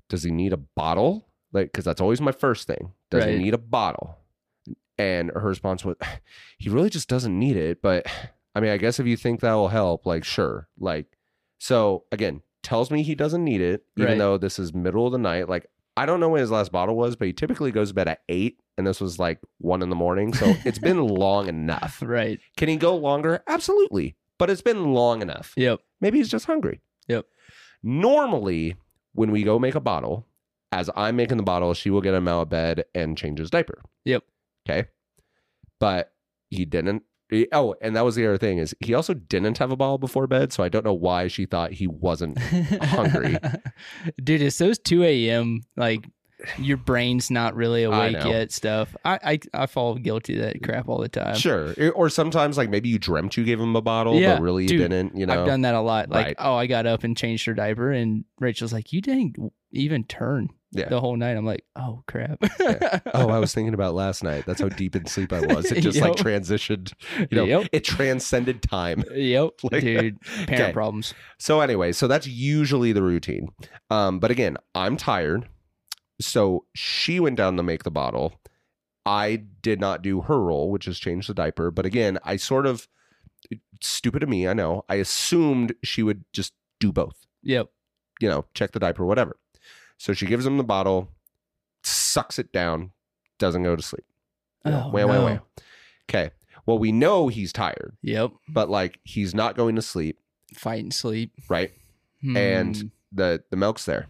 B: does he need a bottle? Like, because that's always my first thing. Does he
A: Right.
B: need a bottle? And her response was, he really just doesn't need it. But I mean, I guess if you think that will help, like, sure. Like, so again, tells me he doesn't need it, even
A: Right.
B: though this is middle of the night. Like, I don't know when his last bottle was, but he typically goes to bed at eight. And this was like one in the morning. So it's been long enough.
A: Right.
B: Can he go longer? Absolutely. But it's been long enough.
A: Yep.
B: Maybe he's just hungry.
A: Yep.
B: Normally, when we go make a bottle, as I'm making the bottle, she will get him out of bed and change his diaper.
A: Yep.
B: Okay. But he didn't. he- oh, and that was the other thing is he also didn't have a bottle before bed, so I don't know why she thought he wasn't. Hungry.
A: Dude, it's those 2 a.m. like your brain's not really
B: I
A: awake
B: know.
A: yet stuff. I, I I fall guilty to that crap all the time.
B: sure. Or sometimes like maybe you dreamt you gave him a bottle,
A: Yeah,
B: but really you
A: dude,
B: didn't. You know.
A: I've done that a lot. Like,
B: Right.
A: oh, I got up and changed her diaper, and Rachel's like, "You didn't even turn
B: Yeah.
A: the whole night." I'm like, "Oh crap!"
B: Yeah. oh, I was thinking about last night. That's how deep in sleep I was. It just like
A: Yep.
B: transitioned. You know,
A: Yep.
B: it transcended time.
A: yep,
B: Like-
A: dude, parent
B: Okay.
A: problems.
B: So anyway, so that's usually the routine. Um, but again, I'm tired. So she went down to make the bottle. I did not do her role, which is change the diaper. But again, I sort of stupid of me, I know. I assumed she would just do both,
A: Yep,
B: you know, check the diaper, whatever. So she gives him the bottle, sucks it down, doesn't go to sleep. You know,
A: Oh,
B: wah, wah,
A: no.
B: wah. Okay. Well, we know he's tired,
A: yep,
B: but like he's not going to sleep,
A: fight and sleep,
B: right? And-
A: Hmm.
B: the the milk's there.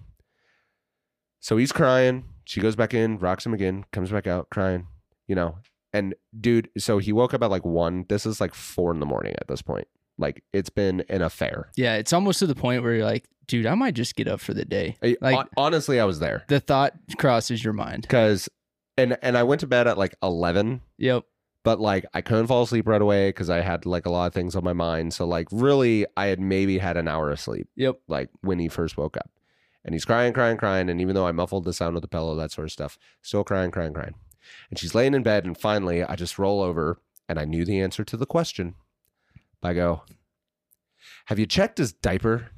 B: So he's crying. She goes back in, rocks him again, comes back out crying, you know. And dude, so he woke up at like one. This is like four in the morning at this point. Like it's been an affair.
A: yeah, it's almost to the point where you're like, "Dude, I might just get up for the day."
B: I-
A: Like-
B: hon- honestly, I was there
A: The thought crosses your mind.
B: because, and and I went to bed at like eleven,
A: Yep,
B: but like I couldn't fall asleep right away because I had like a lot of things on my mind. So like really, I had maybe had an hour of sleep.
A: yep,
B: like when he first woke up. And he's crying, crying, crying. And even though I muffled the sound with the pillow, that sort of stuff, still crying, crying, crying. And she's laying in bed. And finally, I just roll over and I knew the answer to the question. I go, Have you checked his diaper?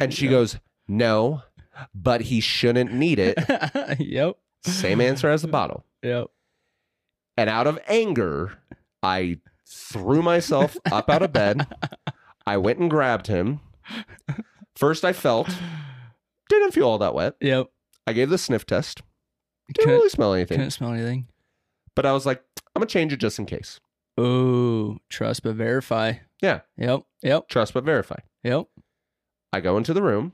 B: And she goes, No, but he shouldn't need it.
A: yep,
B: Same answer as the bottle.
A: yep.
B: And out of anger, I threw myself up out of bed. I went and grabbed him. First, I felt, didn't feel all that wet.
A: Yep.
B: I gave the sniff test. Didn't
A: Couldn't,
B: really smell anything.
A: couldn't smell anything.
B: But I was like, I'm gonna change it just in case.
A: Oh, trust but verify.
B: Yeah.
A: Yep. Yep.
B: Trust but verify.
A: Yep.
B: I go into the room.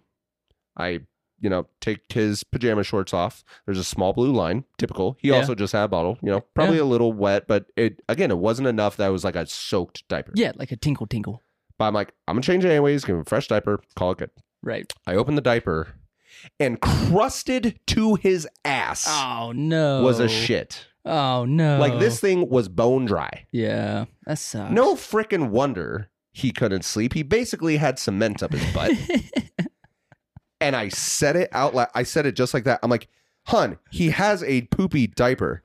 B: I, you know, take his pajama shorts off. There's a small blue line, typical. He
A: Yeah.
B: also just had a bottle, you know, probably a little wet, but it again, it wasn't enough that it was like a soaked diaper.
A: Yeah, like a tinkle tinkle.
B: But I'm like, I'm gonna change it anyways, give him a fresh diaper, call it good.
A: Right.
B: I open the diaper and crusted to his ass
A: Oh no.
B: was a shit.
A: Oh no.
B: Like this thing was bone dry.
A: Yeah. That sucks.
B: No frickin' wonder he couldn't sleep. He basically had cement up his butt. and I said it out loud. I said it just like that. I'm like, Hun, he has a poopy diaper.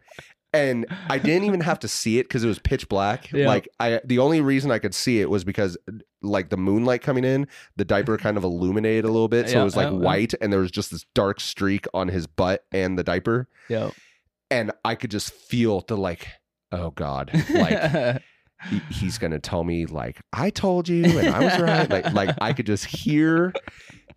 B: And I didn't even have to see it because it was pitch black.
A: Yeah.
B: Like I the only reason I could see it was because like the moonlight coming in, the diaper kind of illuminated a little bit. So
A: Yeah,
B: it was like
A: oh, oh.
B: white and there was just this dark streak on his butt and the diaper.
A: Yeah.
B: And I could just feel the like, oh God. Like he- he's gonna tell me like I told you and I was right. Like like I could just hear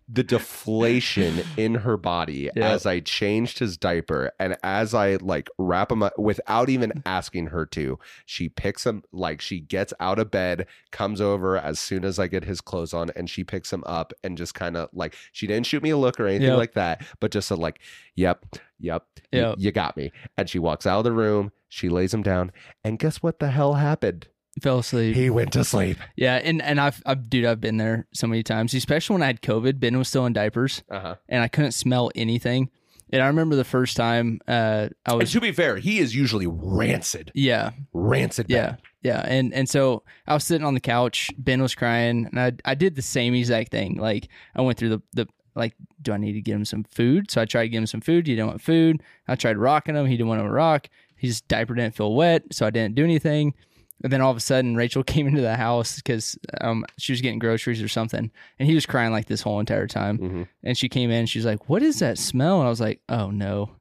B: the deflation in her body
A: Yeah.
B: as I changed his diaper and as I like wrap him up without even asking her to. She picks him like she gets out of bed, comes over as soon as I get his clothes on, and she picks him up and just kind of like she didn't shoot me a look or anything
A: Yep.
B: like that, but just a like, yep, yep, y-
A: Yep.
B: you got me. And she walks out of the room. She lays him down, and guess what the hell happened?
A: fell asleep.
B: He went to sleep.
A: Yeah, and and I've, I've dude, I've been there so many times, especially when I had COVID. Ben was still in diapers,
B: Uh-huh.
A: and I couldn't smell anything. And I remember the first time uh, I
B: And
A: was,
B: to be fair, he is usually rancid,
A: yeah,
B: rancid.
A: yeah,
B: bad.
A: yeah, and and so I was sitting on the couch. Ben was crying, and I I did the same exact thing. Like I went through the the like, do I need to get him some food? So I tried to get him some food. He didn't want food. I tried rocking him. He didn't want to rock. His diaper didn't feel wet, so I didn't do anything. And then all of a sudden, Rachel came into the house because um, she was getting groceries or something, and he was crying like this whole entire time.
B: Mhm.
A: And she came in, and she's like, "What is that smell?" And I was like, "Oh no!"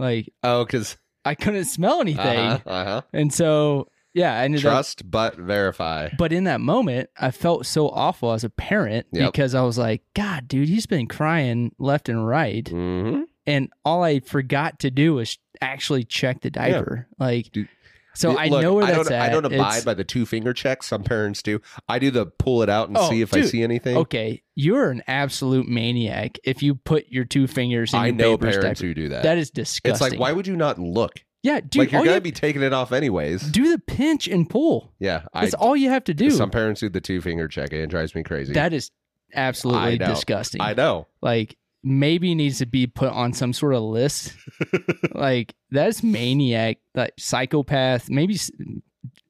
A: Like
B: Oh, because
A: I couldn't smell anything,
B: uh-huh, uh-huh.
A: and so yeah, I ended up
B: trust but verify.
A: but in that moment, I felt so awful as a parent
B: Yep.
A: because I was like, God, dude, he's been crying left and right.
B: Mm-hmm.
A: And all I forgot to do was actually check the diaper. Like,
B: Dude.
A: so I know where
B: I
A: that's
B: don't,
A: at.
B: I don't abide
A: It's-
B: by the two finger check. Some parents do. I do the pull it out and
A: Oh,
B: see if I
A: dude.
B: see anything.
A: okay, you're an absolute maniac if you put your two fingers in
B: I
A: your
B: know
A: paper's
B: parents
A: diaper.
B: who do that.
A: That is
B: it's
A: disgusting.
B: like, why would you not look?
A: Yeah, dude,
B: like you're
A: all
B: gonna
A: you
B: be taking it off anyways.
A: do the pinch and pull.
B: yeah, I.
A: That's all you have to do.
B: Some parents do the two finger check. and It drives me crazy.
A: That is absolutely
B: know.
A: disgusting.
B: I know.
A: like maybe needs to be put on some sort of list. like that's maniac, like psychopath. Maybe s-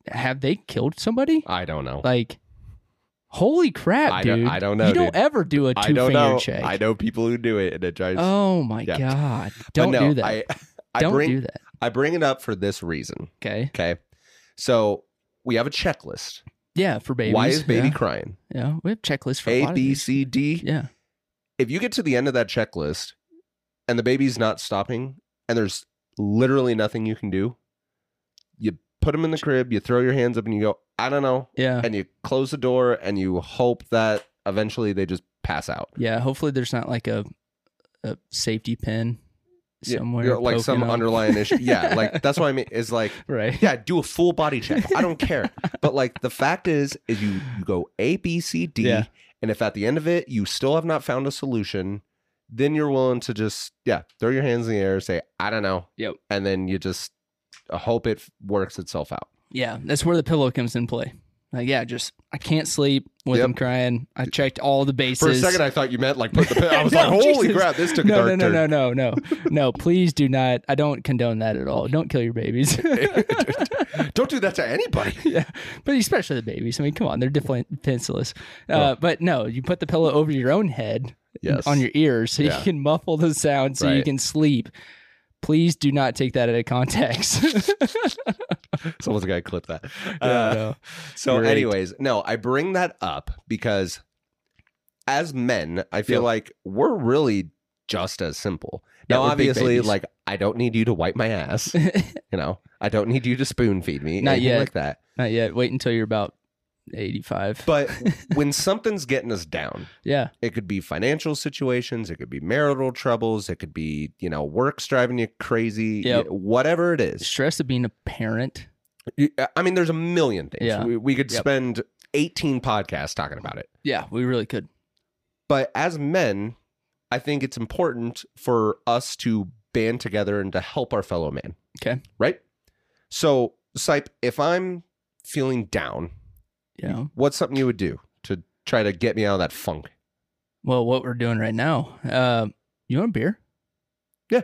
A: have they killed somebody?
B: I don't know.
A: Like, holy crap,
B: I don't-
A: dude!
B: I don't know,
A: You don't
B: dude.
A: ever do a
B: I
A: two
B: don't
A: finger
B: know.
A: check.
B: I know people who do it, and it drives.
A: Oh my
B: Yeah.
A: god!
B: But
A: Don't
B: no,
A: do that.
B: I, I
A: don't
B: bring
A: do that.
B: I bring it up for this reason.
A: Okay.
B: Okay. So we have a checklist.
A: Yeah, for babies.
B: Why is baby
A: Yeah.
B: crying?
A: yeah, we have checklists for a lot
B: A,
A: of
B: B,
A: these.
B: C, D.
A: Yeah.
B: If you get to the end of that checklist and the baby's not stopping and there's literally nothing you can do, you put them in the crib, you throw your hands up and you go, I don't know.
A: Yeah.
B: And you close the door and you hope that eventually they just pass out.
A: Yeah. Hopefully, there's not like a a safety pin
B: Yeah,
A: somewhere.
B: you're like some
A: poking up.
B: underlying issue. Yeah. Like that's what I mean. Is like,
A: Right.
B: yeah, do a full body check. I don't care. But like the fact is, is you, you go A, B, C, D,
A: Yeah.
B: and if at the end of it you still have not found a solution, then you're willing to just yeah, throw your hands in the air, say I don't know,
A: Yep.
B: and then you just hope it works itself out.
A: Yeah, that's where the pillow comes in play. Like, yeah, just I can't sleep with
B: Yep.
A: him crying. I checked all the bases.
B: For a second, I thought you meant like put the. I was
A: No,
B: like, holy
A: Jesus.
B: crap, this took a
A: no,
B: dark
A: no, no,
B: turn.
A: no, no, no, no. Please do not. I don't condone that at all. Don't kill your babies.
B: don't do that to anybody.
A: yeah, but especially the babies. I mean, come on, they're defla- defenseless. Uh, But no, you put the pillow over your own head,
B: Yes.
A: on your ears, so
B: Yeah.
A: you can muffle the sound, so you
B: Right.
A: can sleep. Please do not take that out of context.
B: Someone's got to clip that.
A: Yeah,
B: Uh,
A: no.
B: So,
A: Great.
B: anyways, no, I bring that up because as men, I feel
A: Yeah.
B: like we're really just as simple.
A: Yeah,
B: now,
A: we're big
B: obviously,
A: babies.
B: like I don't need you to wipe my ass. you know, I don't need you to spoon feed me.
A: Not
B: anything
A: yet.
B: like that.
A: Not yet. Wait until you're about eighty-five.
B: But when something's getting us down,
A: yeah,
B: it could be financial situations, it could be marital troubles, it could be you know work's driving you crazy,
A: Yep.
B: whatever it is.
A: stress of being a parent.
B: You- I mean, there's a million things.
A: Yeah.
B: We, we could
A: Yep.
B: spend 18 podcasts talking about it.
A: Yeah, we really could.
B: But as men, I think it's important for us to band together and to help our fellow man.
A: Okay.
B: Right? So, Sipe, if I'm feeling down,
A: You know,
B: what's something you would do to try to get me out of that funk?
A: well, what we're doing right now. Uh, you want a beer?
B: Yeah.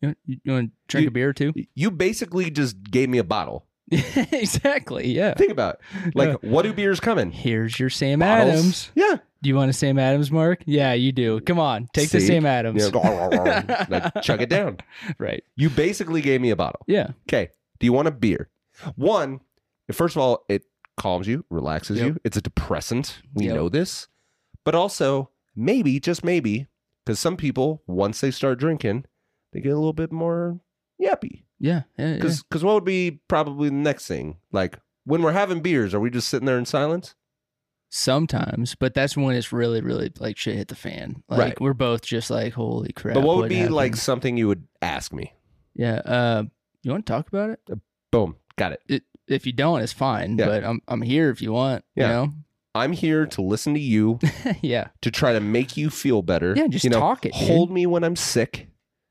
A: You want, you want to drink
B: You-
A: a beer or two?
B: You basically just gave me a bottle.
A: exactly. Yeah.
B: Think about it. Like, what do beers come in?
A: here's your Sam
B: Bottles?
A: Adams.
B: Yeah.
A: Do you want a Sam Adams mark? Yeah, you do. Come on, take the
B: See?
A: Sam Adams.
B: You know, like, chuck it down.
A: Right.
B: You basically gave me a bottle.
A: Yeah.
B: Okay. Do you want a beer? One, first of all, it calms you, relaxes
A: Yep.
B: you. It's a depressant. We
A: Yep.
B: know this. But also, maybe, just maybe, because some people, once they start drinking, they get a little bit more yappy.
A: Yeah. Yeah. yeah.
B: Because what would be probably the next thing? Like, when we're having beers, are we just sitting there in silence?
A: Sometimes, but that's when it's really, really like shit hit the fan. Like
B: Right.
A: we're both just like, holy crap.
B: but what would be like
A: happened?
B: something you would ask me?
A: Yeah. Uh, you want to talk about it?
B: Boom. Got it.
A: it? If you don't, it's fine.
B: Yeah.
A: But I'm I'm here if you want.
B: Yeah.
A: You
B: I'm here to listen to you,
A: know. yeah.
B: to try to make you feel better.
A: Yeah. Just
B: you know,
A: talk it. dude.
B: hold me when I'm sick.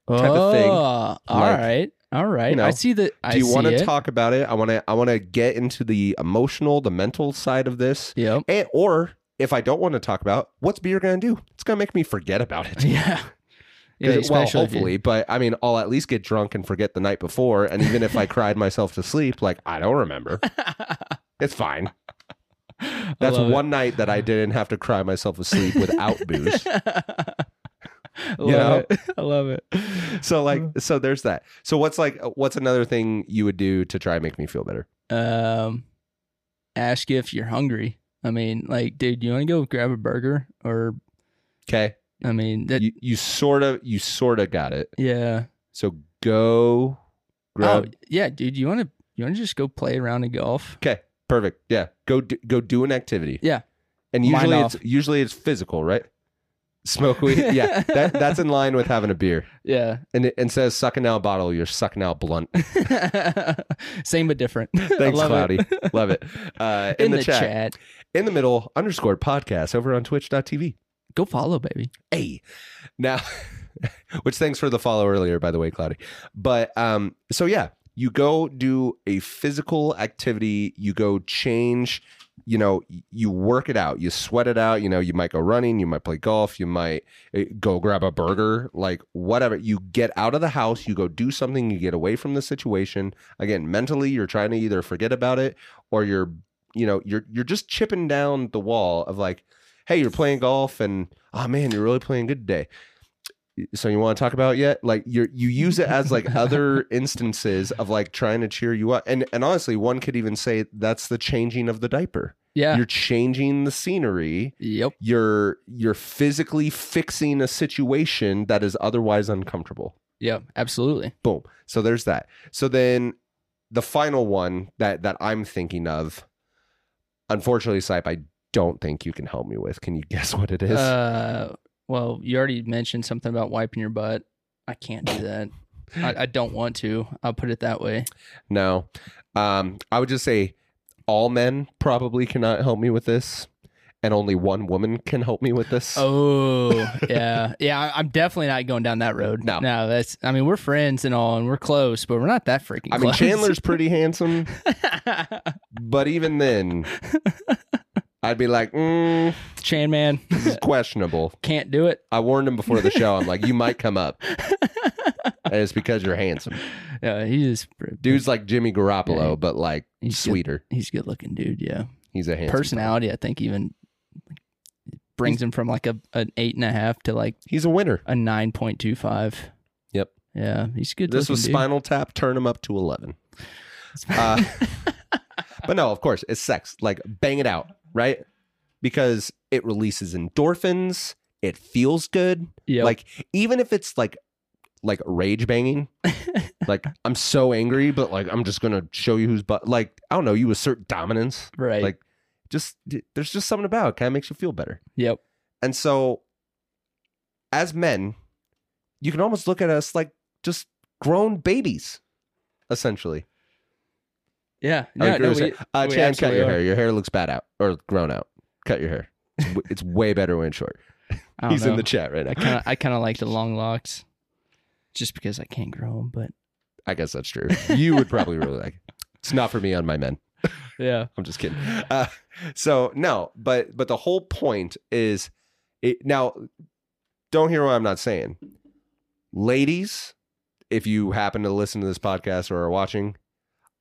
A: type
B: of thing.
A: All
B: Like,
A: right. All right.
B: you know,
A: I see that. I
B: Do you
A: see
B: want to
A: it.
B: talk about it? I want to. I want to get into the emotional, the mental side of this,
A: Yep.
B: and or if I don't want to talk about, what's beer gonna do? It's gonna make me forget about it. 'Cause
A: Yeah. Yeah.
B: it- well,
A: especially if you-
B: hopefully, but I mean, I'll at least get drunk and forget the night before. And even if I cried myself to sleep, like I don't remember, it's fine.
A: I
B: That's
A: love it.
B: one night that I didn't have to cry myself to sleep without booze.
A: I love
B: know?
A: it. I love it.
B: So like,
A: Mm.
B: so there's that. So what's like, what's another thing you would do to try and make me feel better?
A: Um, ask if you're hungry. I mean, like, dude, you want to go grab a burger or?
B: Okay,
A: I mean, that,
B: you you sort of you sort of got it.
A: yeah.
B: So go grab.
A: Oh, yeah, dude, you want to you want to just go play around in golf?
B: Okay, perfect. Yeah, go do, go do an activity.
A: Yeah.
B: and
A: Mind
B: usually
A: off.
B: it's usually it's physical, right? Smoke weed. yeah, that, that's in line with having a beer.
A: Yeah.
B: And it, instead of sucking out a bottle, you're sucking out a blunt.
A: Same but different.
B: Thanks,
A: love
B: Cloudy.
A: It.
B: Love it. Uh, in, the, chat. in the middle underscore podcast over on Twitch.tv.
A: Go follow, baby.
B: Hey, now, which thanks for the follow earlier, by the way, Cloudy. But um, so yeah, you go do a physical activity. You go change. You know, y- you work it out. You sweat it out. You know, you might go running. You might play golf. You might eh, go grab a burger. Like whatever. You get out of the house. You go do something. You get away from the situation. Again, mentally, you're trying to either forget about it or you're, you know, you're you're just chipping down the wall of like, hey, you're playing golf and oh man, you're really playing good today. So you want to talk about it yet? Like you you use it as like other instances of like trying to cheer you up. And and honestly, one could even say that's the changing of the diaper.
A: Yeah.
B: You're changing the scenery.
A: yep.
B: You're you're physically fixing a situation that is otherwise uncomfortable.
A: Yep. Absolutely.
B: Boom. So there's that. So then the final one that that I'm thinking of, unfortunately, Sype, I don't think you can help me with. Can you guess what it is?
A: Uh, well, you already mentioned something about wiping your butt. I can't do that. I, I don't want to. I'll put it that way.
B: No. Um, I would just say all men probably cannot help me with this, and only one woman can help me with this.
A: Oh, yeah, yeah. I- I'm definitely not going down that road.
B: No.
A: no. That's. I mean, we're friends and all, and we're close, but we're not that freaking.
B: I mean,
A: close.
B: Chandler's pretty handsome, but even then, I'd be like, mm,
A: Chan man
B: this is questionable.
A: can't do it.
B: I warned him before the show. I'm like, you might come up. And it's because you're handsome.
A: Yeah, he's just pr-
B: Dude's like Jimmy
A: Yeah.
B: Garoppolo, but like
A: He's good.
B: sweeter.
A: He's a good looking dude. Yeah,
B: He's a handsome.
A: personality. I think even brings him from like a an eight and a half to like
B: He's a winner.
A: a nine point two five.
B: Yep.
A: Yeah, he's good.
B: This was
A: looking, dude.
B: Spinal Tap. Turn him up to 11. Uh, but no, of course, it's sex. Like, bang it out, right? Because it releases endorphins. It feels good.
A: Yep.
B: Like, even if it's like, like rage banging, like I'm so angry, but like I'm just gonna show you who's but like I don't know. You assert dominance.
A: right.
B: like- Just there's just something about it. Kind of makes you feel better.
A: yep.
B: And so, as men, you can almost look at us like just grown babies, essentially.
A: Yeah.
B: I
A: No,
B: agree
A: no,
B: with
A: we,
B: that. uh,
A: we
B: Chan, cut
A: absolutely
B: your
A: are.
B: hair. Your hair looks bad out or grown out. Cut your hair. It's w- It's way better when it's short.
A: I don't
B: He's in
A: know.
B: the chat right now.
A: I kind of I kind of like the long locks, just because I can't grow them. But
B: I guess that's true. You would probably really like. It. It's not for me on my men.
A: yeah,
B: I'm just kidding. Uh, so no, but but the whole point is, it, now don't hear what I'm not saying, ladies. If you happen to listen to this podcast or are watching,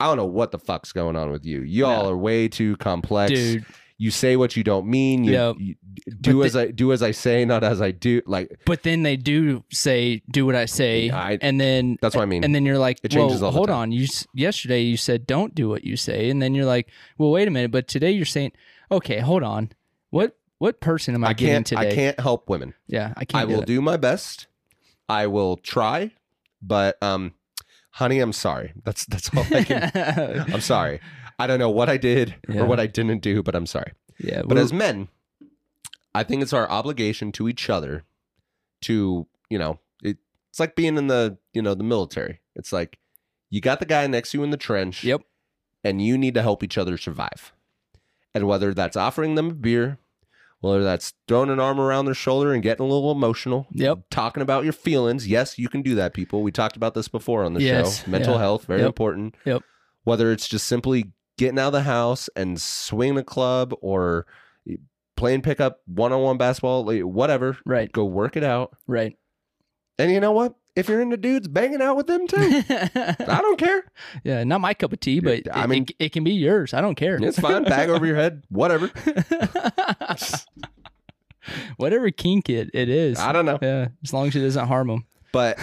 B: I don't know what the fuck's going on with you. Y'all
A: No.
B: are way too complex.
A: dude.
B: you say what you don't mean. You,
A: Yeah.
B: you do
A: But
B: as I do as I say, not as I do. Like
A: But then they do say, "Do what I say,"
B: I-
A: and then
B: that's what I mean.
A: and then you're like,
B: It changes
A: "Well,
B: all the
A: hold
B: time.
A: on." You s- yesterday you said, "Don't do what you say," and then you're like, "Well, wait a minute." But today you're saying, "Okay, hold on. What what person am I,
B: I
A: getting
B: can't.
A: today?"
B: I can't help women.
A: Yeah, I can't.
B: I will
A: it.
B: do my best. I will try, but um, honey, I'm sorry. That's that's all I can. I'm sorry. I don't know what I did
A: Yeah.
B: or what I didn't do, but I'm sorry.
A: yeah,
B: But
A: we're-
B: as men, I think it's our obligation to each other to, you know, it, it's like being in the, you know, the military. It's like you got the guy next to you in the trench.
A: Yep.
B: And you need to help each other survive. And whether that's offering them a beer, whether that's throwing an arm around their shoulder and getting a little emotional,
A: Yep.
B: talking about your feelings. Yes, you can do that, people. We talked about this before on the
A: Yes,
B: show. Mental
A: yeah.
B: health, very
A: Yep.
B: important.
A: Yep.
B: Whether it's just simply getting out of the house and swinging a club or playing pickup, one on one basketball, like, whatever,
A: Right.
B: go work it out.
A: Right.
B: And you know what? If you're into dudes, banging out with them too. I don't care.
A: yeah, not my cup of tea, but I
B: I
A: mean,
B: mean-
A: it, it can be yours. I don't care.
B: It's fine. Bag over your head, whatever.
A: Whatever kink it, it is.
B: I don't know.
A: yeah, as long as it doesn't harm them.
B: but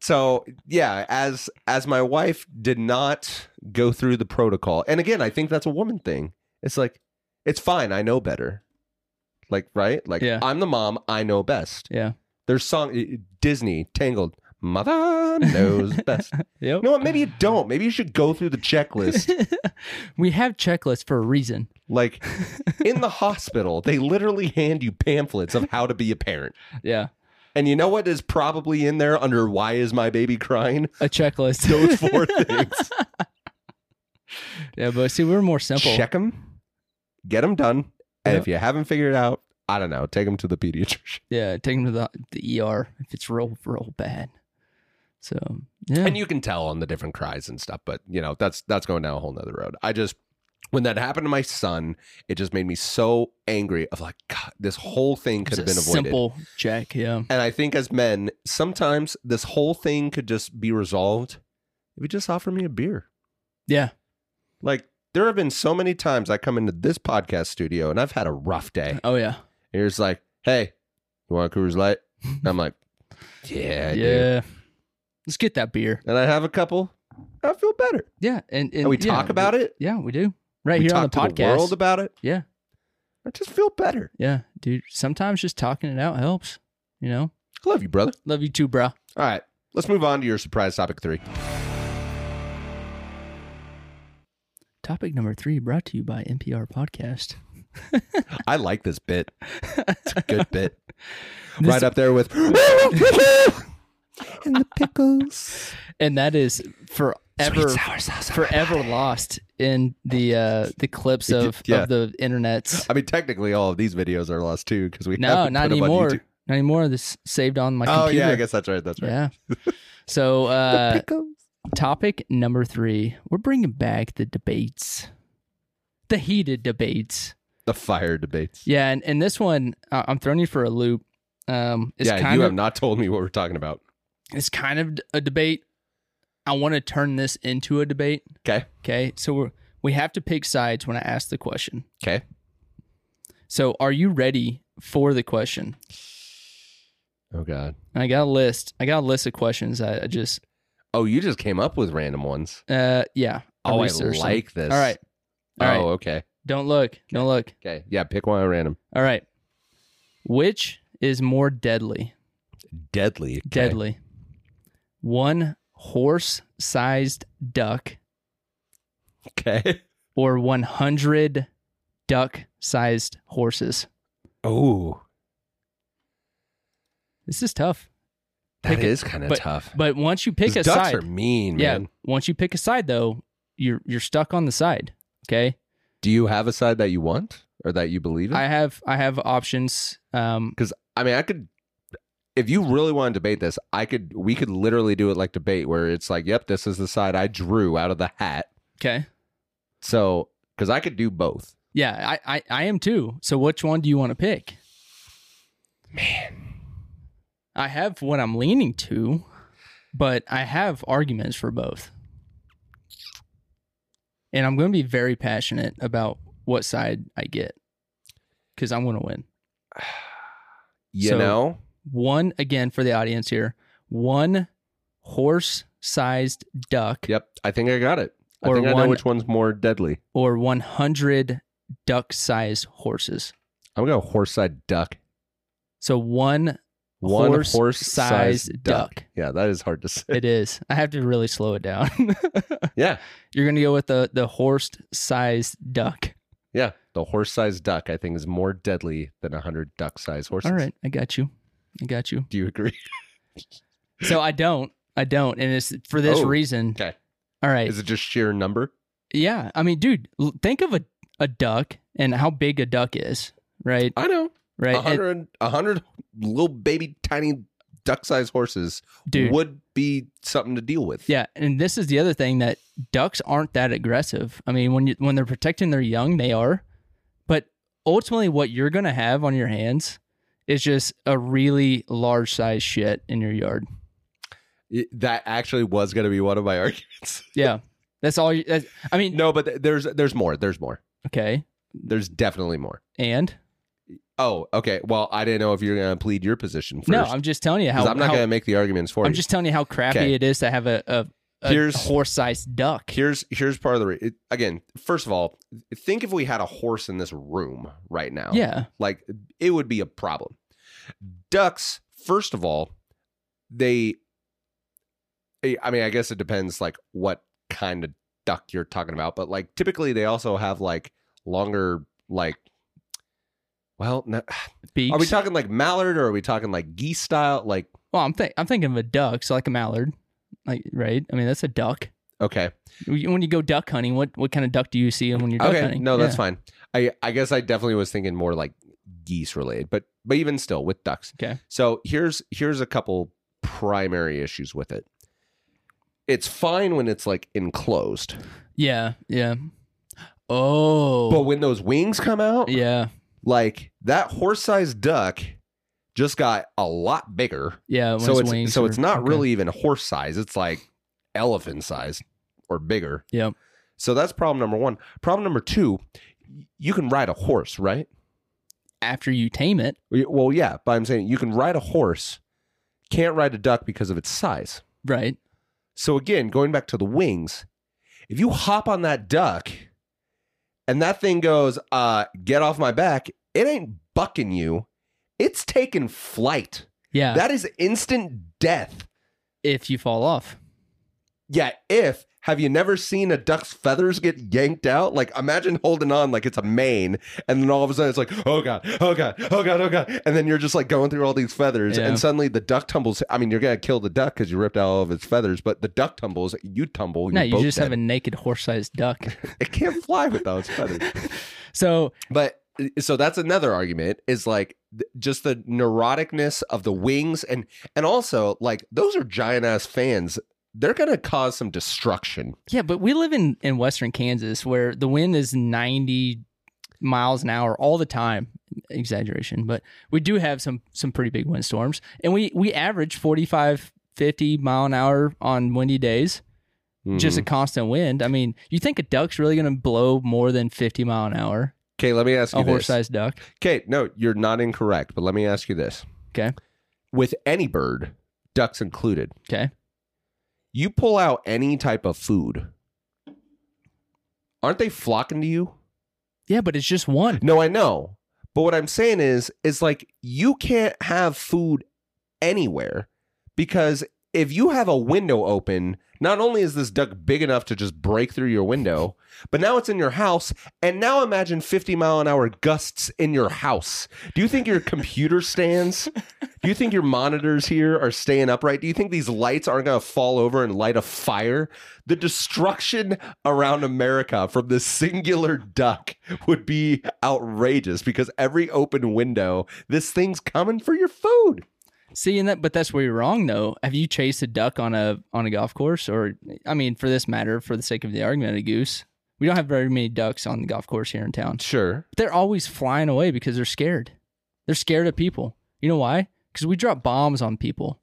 B: so yeah as as my wife did not go through the protocol and again i think that's a woman thing it's like it's fine i know better like right like
A: Yeah.
B: i'm the mom i know best
A: Yeah.
B: there's song eh, disney tangled mother knows best
A: Yep.
B: you know what maybe you don't maybe you should go through the checklist
A: we have checklists for a reason.
B: like in the hospital they literally hand you pamphlets of how to be a parent
A: Yeah.
B: and you know what is probably in there under why is my baby crying
A: A checklist.
B: those four things
A: yeah, but see, we're more simple.
B: Check them, get them done, and
A: Yep.
B: if you haven't figured it out, I don't know, take them to the pediatrician.
A: yeah, take them to the, the ER if it's real, real bad. So, yeah.
B: And you can tell on the different cries and stuff, but you know that's that's going down a whole nother road. I just when that happened to my son, it just made me so angry. Of like, God, this whole thing could
A: It's
B: have
A: a
B: been avoided.
A: Simple check. Yeah.
B: And I think as men, sometimes this whole thing could just be resolved if you just offer me a beer.
A: Yeah.
B: Like there have been so many times I come into this podcast studio and I've had a rough day.
A: Oh, yeah.
B: And you're just like, hey, you want a Coors Light? And I'm like, yeah, I do.
A: yeah. Let's get that beer.
B: And I have a couple. I feel better.
A: Yeah. And, and
B: And we
A: yeah,
B: talk about it.
A: Yeah, we do. Right
B: we
A: here on the
B: talk
A: podcast.
B: to the world about it.
A: yeah.
B: I just feel better.
A: Yeah. Dude, sometimes just talking it out helps, you know?
B: I love you, brother.
A: Love you too, brah.
B: All right, let's move on to your surprise topic three.
A: Topic number three brought to you by NPR Podcast.
B: I like this bit. It's a good bit.
A: This-
B: right up there with and the pickles.
A: And that is forever
B: sour sauce.
A: forever lost in the uh the clips of,
B: Yeah.
A: of the internets.
B: I mean, technically, all of these videos are lost too because we
A: No,
B: haven't
A: not
B: put 'em on
A: anymore.
B: YouTube.
A: Not anymore. This saved on my
B: Oh
A: computer.
B: yeah, I guess that's right. That's right.
A: Yeah. So uh
B: pickles.
A: topic number three. We're bringing back the debates. The heated debates.
B: The fire debates.
A: Yeah, and, and this one uh, I'm throwing you for a loop. Um, it's
B: yeah,
A: kind
B: you
A: of
B: have not told me what we're talking about.
A: it's kind of a debate. I want to turn this into a debate.
B: Okay.
A: Okay, so we're, we have to pick sides when I ask the question.
B: Okay.
A: So, are you ready for the question?
B: Oh God.
A: I got a list. I got a list of questions. I, I just
B: Oh, you just came up with random ones.
A: uh yeah.
B: oh, I
A: researched them.
B: like this.
A: All right. All right.
B: oh, okay.
A: Don't look. Don't look.
B: Okay. Yeah, pick one at random.
A: All right. Which is more deadly?
B: Deadly. Okay.
A: Deadly. One horse-sized duck
B: Okay.
A: or 100 duck sized horses?
B: Oh,
A: This is tough.
B: that
A: Pick it,
B: is kind of tough.
A: But once you pick
B: 'Cause
A: a
B: ducks
A: side,
B: are mean,
A: yeah,
B: man.
A: once you pick a side though, you're you're stuck on the side. Okay?
B: Do you have a side that you want or that you believe in?
A: I have I have options um
B: I mean, I could. If you really want to debate this, I could. We could literally do it like debate, where it's like, "Yep, this is the side I drew out of the hat."
A: okay.
B: So, because I could do both.
A: Yeah, I, I I am too. So which one do you want to pick?
B: Man,
A: I have what I'm leaning to, but I have arguments for both. And I'm going to be very passionate about what side I get because I'm going to win.
B: You
A: So-
B: know,
A: One, again, for the audience here, one horse sized duck
B: yep. I think I got it. I
A: Or
B: think I know
A: one-
B: which one's more deadly.
A: or 100 duck sized horses.
B: I'm gonna go horse side duck.
A: So one,
B: One
A: horse,
B: horse-sized
A: sized duck.
B: Yeah, that is hard to say.
A: It is. I have to really slow it down.
B: yeah,
A: You're going to go with the, the horse sized duck.
B: yeah. The horse sized duck, I think, is more deadly than a hundred duck sized horses.
A: All right. I got you. I got you.
B: Do you agree?
A: So I don't. I don't. And it's for this
B: Oh,
A: reason.
B: okay.
A: All right.
B: Is it just sheer number?
A: Yeah. I mean, dude, l- think of a, a duck and how big a duck is, right?
B: I know.
A: Right.
B: A
A: And-
B: hundred, a hundred little baby tiny duck sized horses
A: dude.
B: would be something to deal with.
A: Yeah, and this is the other thing that ducks aren't that aggressive. I mean, when you, when they're protecting their young, they are, but ultimately, what you're gonna have on your hands is just a really large size shit in your yard.
B: It- that actually was going to be one of my arguments.
A: Yeah, that's all. You, that's, I mean,
B: no, but th- there's there's more. There's more.
A: okay,
B: There's definitely more.
A: and
B: Oh, okay. Well, I didn't know if you're going to plead your position first.
A: no, I'm just telling you
B: 'cause
A: how
B: I'm not
A: how-
B: going to make the arguments for
A: I'm
B: you.
A: just telling you how crappy
B: Okay.
A: it is to have a, a, a
B: Here's-
A: horse-sized duck.
B: here's here's part of the re- it, again. First of all, think if we had a horse in this room right now.
A: yeah,
B: like it would be a problem. Ducks, first of all, they. eh, I mean, I guess it depends like what kind of duck you're talking about, but like typically they also have like longer like. Well, no,
A: beaks.
B: are we talking like mallard or are we talking like geese style? Like
A: well, I'm think I'm thinking of a duck, so like a mallard, like right. I mean, that's a duck.
B: okay,
A: When you go duck hunting, what, what kind of duck do you see when you're duck
B: okay,
A: hunting?
B: no, that's fine. I I guess I definitely was thinking more like geese related, but but even still with ducks.
A: Okay.
B: So here's here's a couple primary issues with it. It's fine when it's like enclosed,
A: Yeah, yeah. Oh,
B: but when those wings come out,
A: yeah,
B: like that horse-sized duck just got a lot bigger.
A: yeah. when
B: So
A: his
B: it's
A: wings
B: so
A: are-
B: it's not
A: okay.
B: really even horse size. It's like elephant size or bigger.
A: Yep.
B: So that's problem number one. Problem number two, you can ride a horse, right?
A: after you tame it.
B: Well, yeah, but I'm saying you can ride a horse, can't ride a duck because of its size.
A: Right.
B: So again, going back to the wings, if you hop on that duck and that thing goes, uh, get off my back, it ain't bucking you. It's taking flight.
A: Yeah.
B: That is instant death.
A: if you fall off.
B: Yeah, if have you never seen a duck's feathers get yanked out? Like imagine holding on like it's a mane, and then all of a sudden it's like, oh god, oh god, oh god, oh god, and then you're just like going through all these feathers,
A: Yeah.
B: and suddenly the duck tumbles. I mean, you're gonna kill the duck because you ripped out all of its feathers, but the duck tumbles, you tumble.
A: No,
B: you're
A: you
B: both
A: just
B: dead.
A: have a naked horse-sized duck.
B: it can't fly without its feathers.
A: so
B: But so that's another argument is like th- just the neuroticness of the wings and and also like those are giant ass fans. They're gonna cause some destruction.
A: yeah, but we live in in western Kansas where the wind is ninety miles an hour all the time. Exaggeration, but we do have some some pretty big windstorms, and we we average 45, 50 mile an hour on windy days. just a constant wind. I mean, you think a duck's really going to blow more than 50 mile an hour?
B: okay. Let me ask you
A: A
B: this.
A: horse-sized duck.
B: Okay, no, you're not incorrect. But let me ask you this.
A: Okay.
B: With any bird, ducks included.
A: Okay.
B: You pull out any type of food. Aren't they flocking to you?
A: Yeah, but it's just one.
B: No, I know. But what I'm saying is, is like you can't have food anywhere because if you have a window open, not only is this duck big enough to just break through your window, but now it's in your house. And now imagine 50 mile an hour gusts in your house. Do you think your computer stands? Do you think your monitors here are staying upright? Do you think these lights aren't going to fall over and light a fire? The destruction around America from this singular duck would be outrageous because every open window, this thing's coming for your food.
A: See, and that, but that's where you're wrong, though. Have you chased a duck on a on a golf course, or I mean, for this matter, for the sake of the argument, a goose? We don't have very many ducks on the golf course here in town.
B: Sure.
A: But they're always flying away because they're scared. They're scared of people. You know why? Because we drop bombs on people.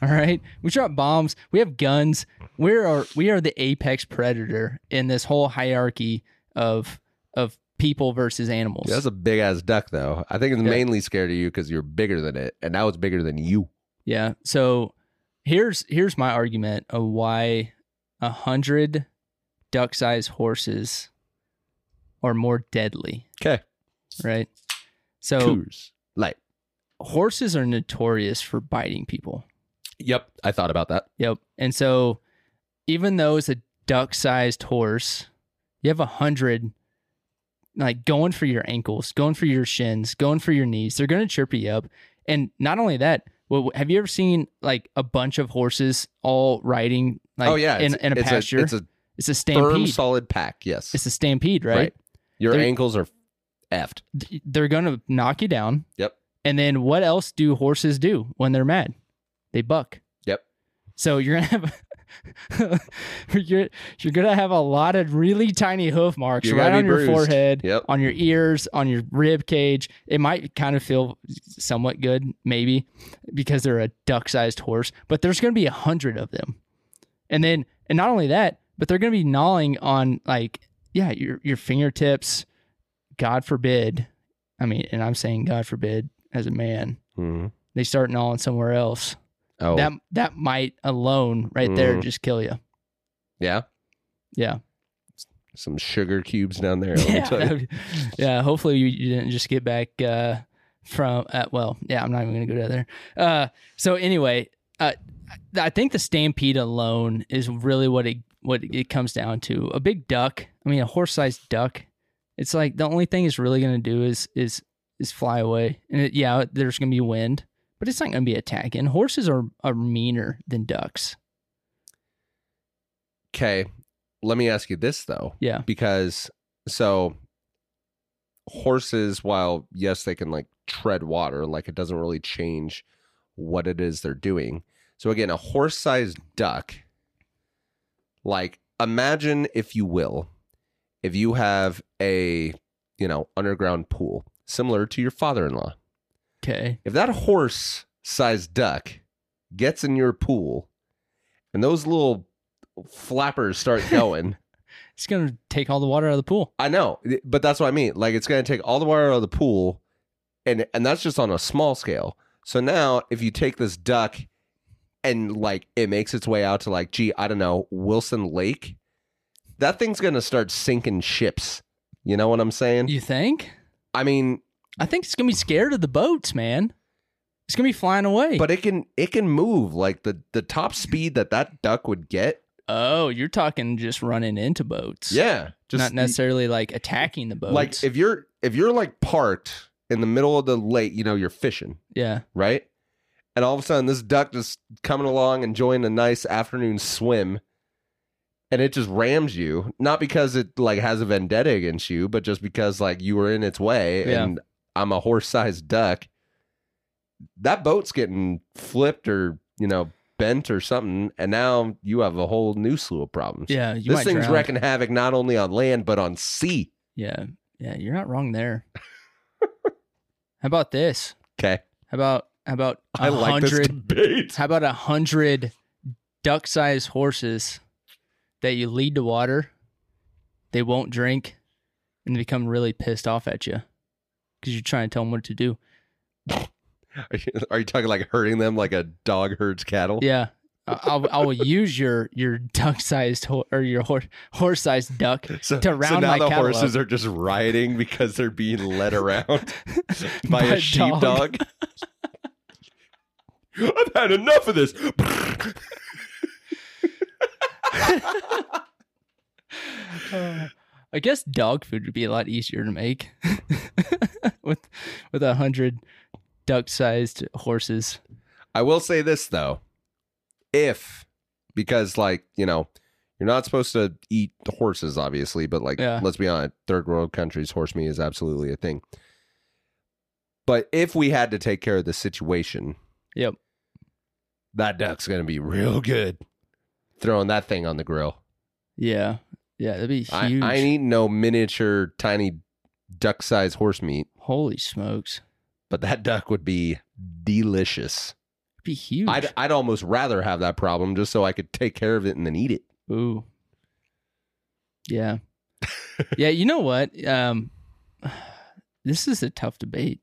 A: All right, we drop bombs. We have guns. We are we are the apex predator in this whole hierarchy of of people versus animals.
B: Yeah, that's a big ass duck, though. I think it's
A: Yeah.
B: mainly scared of you because you're bigger than it, and now it's bigger than you.
A: Yeah. So here's here's my argument of why a hundred duck sized horses are more deadly.
B: 'Kay.
A: Right. So
B: Coors. Like,
A: horses are notorious for biting people.
B: yep, I thought about that.
A: Yep. And so even though it's a duck sized horse, you have a hundred like going for your ankles, going for your shins, going for your knees. They're gonna chirp you up. And not only that, well, have you ever seen like a bunch of horses all riding like
B: oh yeah,
A: in,
B: it's-
A: in a
B: it's
A: pasture?
B: it's
A: it's, a,
B: a firm,
A: stampede.
B: solid pack. Yes,
A: It's a stampede, right?
B: Right. your
A: they're-
B: ankles are effed.
A: Th- They're gonna knock you down.
B: Yep.
A: And then what else do horses do when they're mad? They buck.
B: Yep.
A: So you're gonna have you're you're gonna have a lot of really tiny hoof marks
B: You're
A: right
B: gonna
A: on
B: be
A: your
B: bruised.
A: forehead,
B: Yep.
A: on your ears, on your rib cage. It might kind of feel somewhat good, maybe, because they're a duck-sized horse. But there's gonna be a hundred of them, and then and not only that, but they're gonna be gnawing on like yeah your your fingertips. God forbid, I mean, and I'm saying God forbid as a man,
B: Mhm.
A: they start gnawing somewhere else
B: Oh,
A: that that might alone right there
B: Mhm.
A: just kill you.
B: yeah,
A: Yeah,
B: some sugar cubes down there. Let me
A: yeah.
B: tell you.
A: that would- yeah. Hopefully you, you didn't just get back uh, from. Uh, well, yeah. I'm not even gonna go down there. Uh, so anyway, uh, I think the stampede alone is really what it what it comes down to. A big duck. I mean, a horse sized duck. It's like the only thing it's really gonna do is is is fly away. And it, yeah, there's gonna be wind, but it's not gonna be attacking. Horses are are meaner than ducks.
B: Okay. Let me ask you this though.
A: Yeah.
B: Because so horses, while yes, they can like tread water, like it doesn't really change what it is they're doing. So again, a horse sized duck, like imagine if you will, if you have a, you know, underground pool similar to your father in law.
A: Okay.
B: If that horse sized duck gets in your pool and those little flappers start going,
A: It's gonna take all the water out of the pool.
B: I know, but that's what I mean. Like it's going to take all the water out of the pool, and and that's just on a small scale. So now, if you take this duck, and like it makes its way out to like, gee, I don't know, Wilson Lake, that thing's going to start sinking ships. You know what I'm saying?
A: You think?
B: I mean,
A: I think it's gonna be scared of the boats, man. It's gonna be flying away.
B: but it can it can move like the the top speed that that duck would get.
A: oh, you're talking just running into boats.
B: Yeah,
A: not necessarily like attacking the boats.
B: like if you're if you're like parked in the middle of the lake, you know, you're fishing.
A: yeah,
B: right? And all of a sudden, this duck just coming along, enjoying a nice afternoon swim, and it just rams you. Not because it like has a vendetta against you, but just because like you were in its way,
A: Yeah.
B: and I'm a horse-sized duck. That boat's getting flipped or you know bent or something, and now you have a whole new slew of problems.
A: yeah, you
B: this
A: might
B: thing's
A: drown.
B: wrecking havoc not only on land but on sea.
A: yeah, yeah, you're not wrong there. how about this?
B: Okay,
A: How about how about
B: I
A: a
B: like this
A: hundred?
B: debate.
A: How about a hundred duck-sized horses that you lead to water? They won't drink, and they become really pissed off at you because you're trying to tell them what to do.
B: Are you, are you talking like herding them like a dog herds cattle?
A: Yeah, I- I'll I will use your your duck-sized ho- or your horse horse-sized duck.
B: So,
A: to round my cattle
B: are just rioting because they're being led around
A: By a dog.
B: I've had enough of this.
A: Uh, I guess dog food would be a lot easier to make with with a hundred duck-sized horses.
B: I will say this though. If because like, you know, you're not supposed to eat the horses, obviously, but like
A: Yeah.
B: let's be honest, third world countries horse meat is absolutely a thing. But if we had to take care of the situation,
A: Yep.
B: that duck's gonna be real good throwing that thing on the grill.
A: Yeah, yeah, that'd be
B: I,
A: huge.
B: I ain't eating no miniature, tiny duck sized horse meat,
A: Holy smokes,
B: but that duck would be delicious.
A: It'd be huge.
B: I'd, I'd almost rather have that problem just so I could take care of it and then eat it.
A: Ooh. Yeah. yeah, you know what? Um This is a tough debate.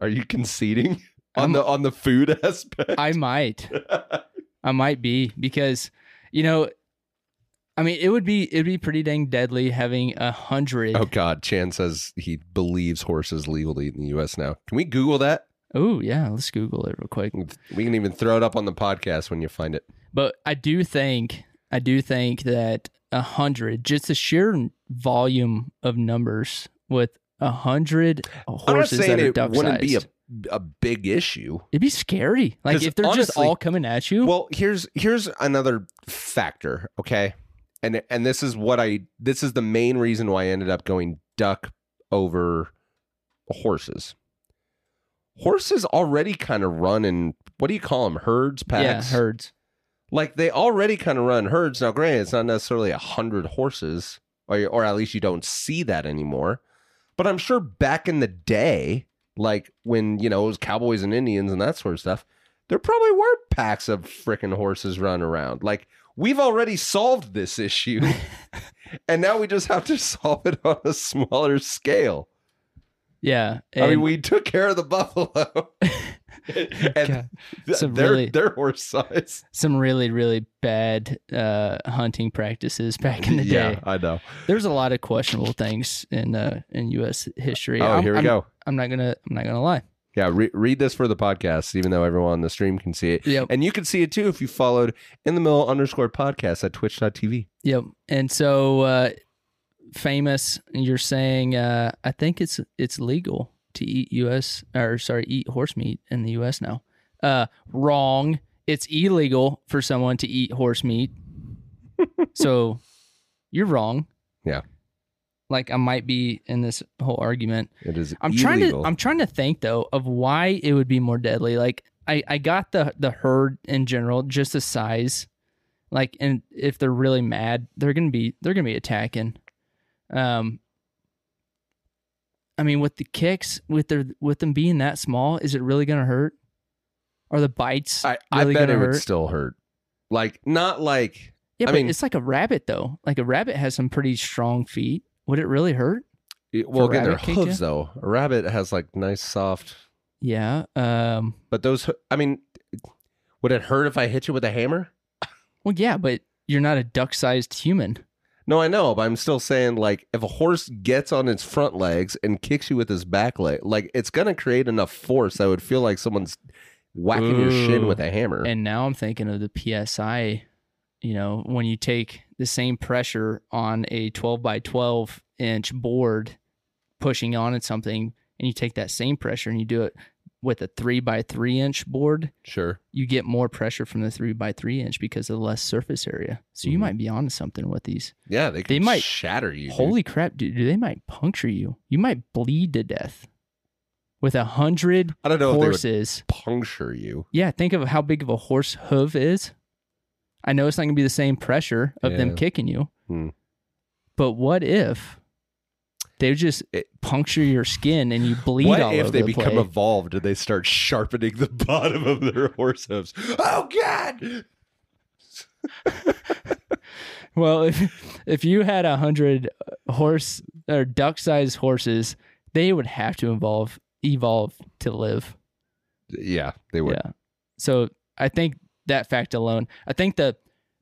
B: Are you conceding on
A: I'm-
B: the on the food aspect?
A: I might. I might be because you know, I mean, it would be it'd be pretty dang deadly having a hundred.
B: oh God, Chan says he believes horses legal to eat in the U.S. now. Can we Google that?
A: Oh yeah, let's Google it real quick.
B: We can even throw it up on the podcast when you find it.
A: But I do think I do think that a hundred, just the sheer volume of numbers with a hundred horses
B: I'm not
A: that
B: saying
A: are
B: it
A: duck
B: wouldn't be a
A: sized,
B: a big issue.
A: it'd be scary. Like
B: 'Cause
A: if they're just
B: honestly-
A: all coming at you.
B: Well, here's here's another factor, okay? And and this is what I this is the main reason why I ended up going duck over horses. Horses already kind of run in what do you call them? Herds,
A: yeah,
B: packs.
A: herds.
B: Like they already kind of run herds. Now, granted, it's not necessarily a hundred horses, or or at least you don't see that anymore. But I'm sure back in the day, like when you know it was cowboys and Indians and that sort of stuff, there probably were packs of freaking horses running around. Like we've already solved this issue, and now we just have to solve it on a smaller scale.
A: Yeah.
B: I mean,
A: and-
B: we took care of the buffalo. and
A: God,
B: th-
A: some
B: they're,
A: really-
B: they're horse size.
A: some really really bad uh, hunting practices back in the
B: Yeah,
A: day.
B: I know.
A: There's a lot of questionable things in uh, in U.S. history.
B: oh,
A: I'm-
B: here we
A: I'm-
B: go.
A: I'm not gonna I'm not gonna lie.
B: Yeah, re- read this for the podcast, even though everyone on the stream can see it.
A: Yep.
B: And you can see it too if you followed in the middle underscore podcast at twitch.tv.
A: Yep. And so uh, famous. You're saying uh, I think it's it's legal to eat U.S. or sorry eat horse meat in the U.S. now. Uh, wrong. It's illegal for someone to eat horse meat. so you're wrong.
B: Yeah.
A: Like I might be in this whole argument.
B: It is
A: I'm
B: illegal.
A: trying to I'm trying to think though of why it would be more deadly. Like I I got the the herd in general, just the size. Like and if they're really mad, they're gonna be they're gonna be attacking. Um. I mean, with the kicks, with their with them being that small, is it really gonna hurt? Are the bites
B: I, I
A: really
B: bet it
A: gonna
B: would
A: hurt?
B: still hurt. Like, not like,
A: yeah,
B: I
A: but
B: mean-
A: it's like a rabbit though. Like a rabbit has some pretty strong feet. Would it really hurt?
B: well, again, they're
A: rabbit kicked
B: hooves, though. A rabbit has like nice, soft,
A: Yeah. Um.
B: but those, hoo- I mean, would it hurt if I hit you with a hammer?
A: Well, yeah, but you're not a duck-sized human.
B: No, I know, but I'm still saying like if a horse gets on its front legs and kicks you with his back leg, like it's gonna create enough force that would feel like someone's whacking your shin
A: Ooh.
B: with a hammer.
A: And now I'm thinking of the PSI, you know, when you take the same pressure on a 12 by 12 inch board pushing on at something, and you take that same pressure and you do it with a three by three inch board,
B: sure.
A: you get more pressure from the three by three inch because of less surface area. So you
B: Mhm.
A: might be onto something with these.
B: Yeah, they,
A: They
B: could
A: might-
B: shatter you. dude.
A: Holy crap, dude, they might puncture you. You might bleed to death with a hundred
B: I don't know if Oh, they
A: horses.
B: would puncture you.
A: Yeah, think of how big of a horse hoof is. I know it's not gonna be the same pressure of
B: Yeah.
A: them kicking you,
B: Hmm.
A: but what if they just eh,
B: It-
A: puncture your skin and you bleed
B: what
A: all
B: if
A: over
B: they
A: the
B: become
A: place?
B: evolved and they start sharpening the bottom of their horse hooves? Oh God!
A: well, if if you had a hundred uh, horse or duck-sized horses, they would have to evolve evolve to live.
B: Yeah, they would.
A: Yeah. So I think that fact alone, I think the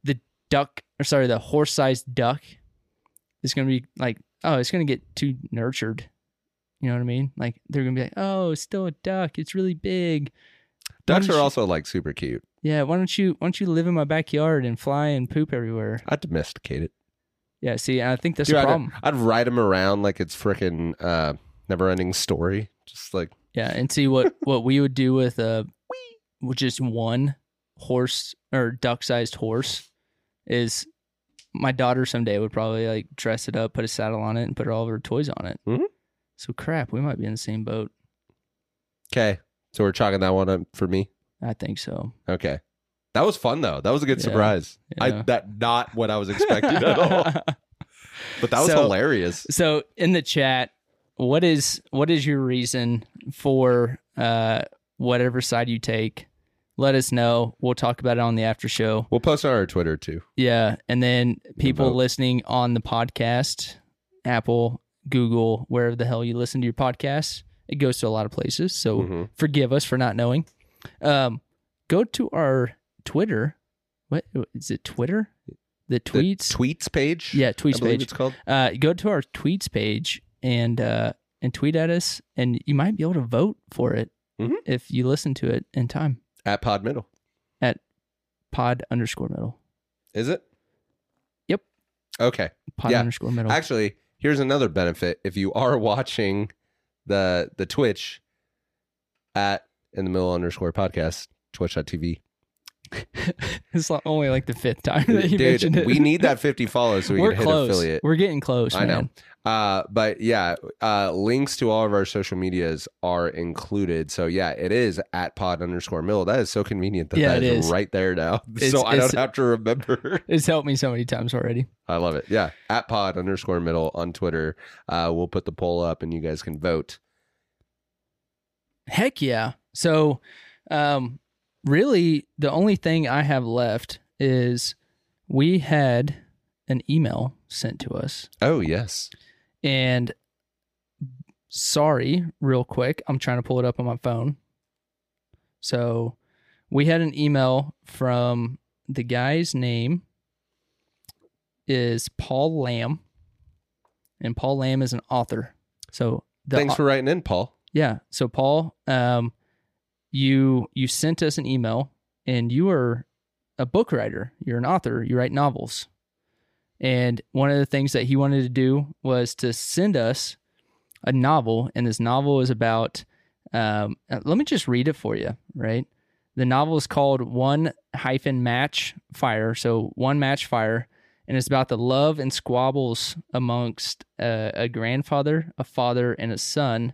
A: the duck or sorry, the horse sized duck is gonna be like, oh, it's gonna get too nurtured. You know what I mean? Like they're gonna be like, oh, it's still a duck. It's really big. Why
B: Ducks
A: don't
B: are
A: you-
B: also like super cute.
A: Yeah. Why don't you why don't you live in my backyard and fly and poop everywhere?
B: I domesticate it.
A: Yeah. See, and I think that's
B: Dude,
A: the
B: I'd-
A: problem.
B: I'd, ride him around like it's freaking uh, never-ending story. Just like.
A: Yeah, and see what what we would do with a with just one horse or duck sized horse is my daughter someday would probably like dress it up, put a saddle on it, and put all of her toys on it.
B: Mhm.
A: So crap, we might be in the same boat.
B: Okay. So we're chalking that one up for me.
A: I think so.
B: Okay. That was fun though. That was a good
A: Yeah.
B: surprise. I
A: Yeah.
B: that not what I was expecting at all. But that was
A: So-
B: hilarious.
A: So in the chat, what is what is your reason for uh whatever side you take? Let us know. We'll talk about it on the after show.
B: We'll post it on our Twitter too.
A: Yeah, and then people
B: vote.
A: listening on the podcast, Apple, Google, wherever the hell you listen to your podcasts. It goes to a lot of places. So
B: Mhm.
A: forgive us for not knowing. Um, go to our Twitter. What is it? Twitter? The
B: The
A: tweets?
B: tweets page.
A: yeah,
B: I
A: tweets
B: believe
A: page.
B: it's called.
A: Uh, go to our tweets page and uh, and tweet at us, and you might be able to vote for it
B: Mhm.
A: if you listen to it in time.
B: At Pod Middle.
A: Pod underscore middle.
B: Is it?
A: Yep. Oh.
B: Okay.
A: Pod
B: Yeah.
A: underscore middle.
B: Actually, here's another benefit. If you are watching the the Twitch at in the middle underscore podcast, twitch.tv.
A: it's like- only like the fifth time that you mentioned
B: Dude,
A: it.
B: we need that 50 follows so we
A: We're
B: can hit
A: close.
B: affiliate.
A: We're getting close.
B: I know.
A: man.
B: Uh, but yeah, uh, links to all of our social medias are included. So yeah, it is at pod underscore mill. That is so convenient that
A: Yeah,
B: that
A: it
B: is,
A: is.
B: right there now.
A: It's-
B: so I don't
A: it's-
B: have to remember.
A: It's helped me so many times already.
B: I love it. Yeah. At pod underscore middle on Twitter. Uh, we'll put the poll up and you guys can vote.
A: Heck yeah. So, um, really, the only thing I have left is we had an email sent to us.
B: Oh, yes.
A: And sorry, real quick, I'm trying to pull it up on my phone. So, we had an email from the guy's name is Paul Lamb. And Paul Lamb is an author. So, the
B: Thanks
A: au-
B: for writing in, Paul.
A: yeah. So Paul, um, you you sent us an email, and you are a book writer. You're an author. You write novels, and one of the things that he wanted to do was to send us a novel, and this novel is about. Um, uh, let me just read it for you. Right, the novel is called One Hyphen Match Fire. So one match fire. And it's about the love and squabbles amongst uh, a grandfather, a father, and a son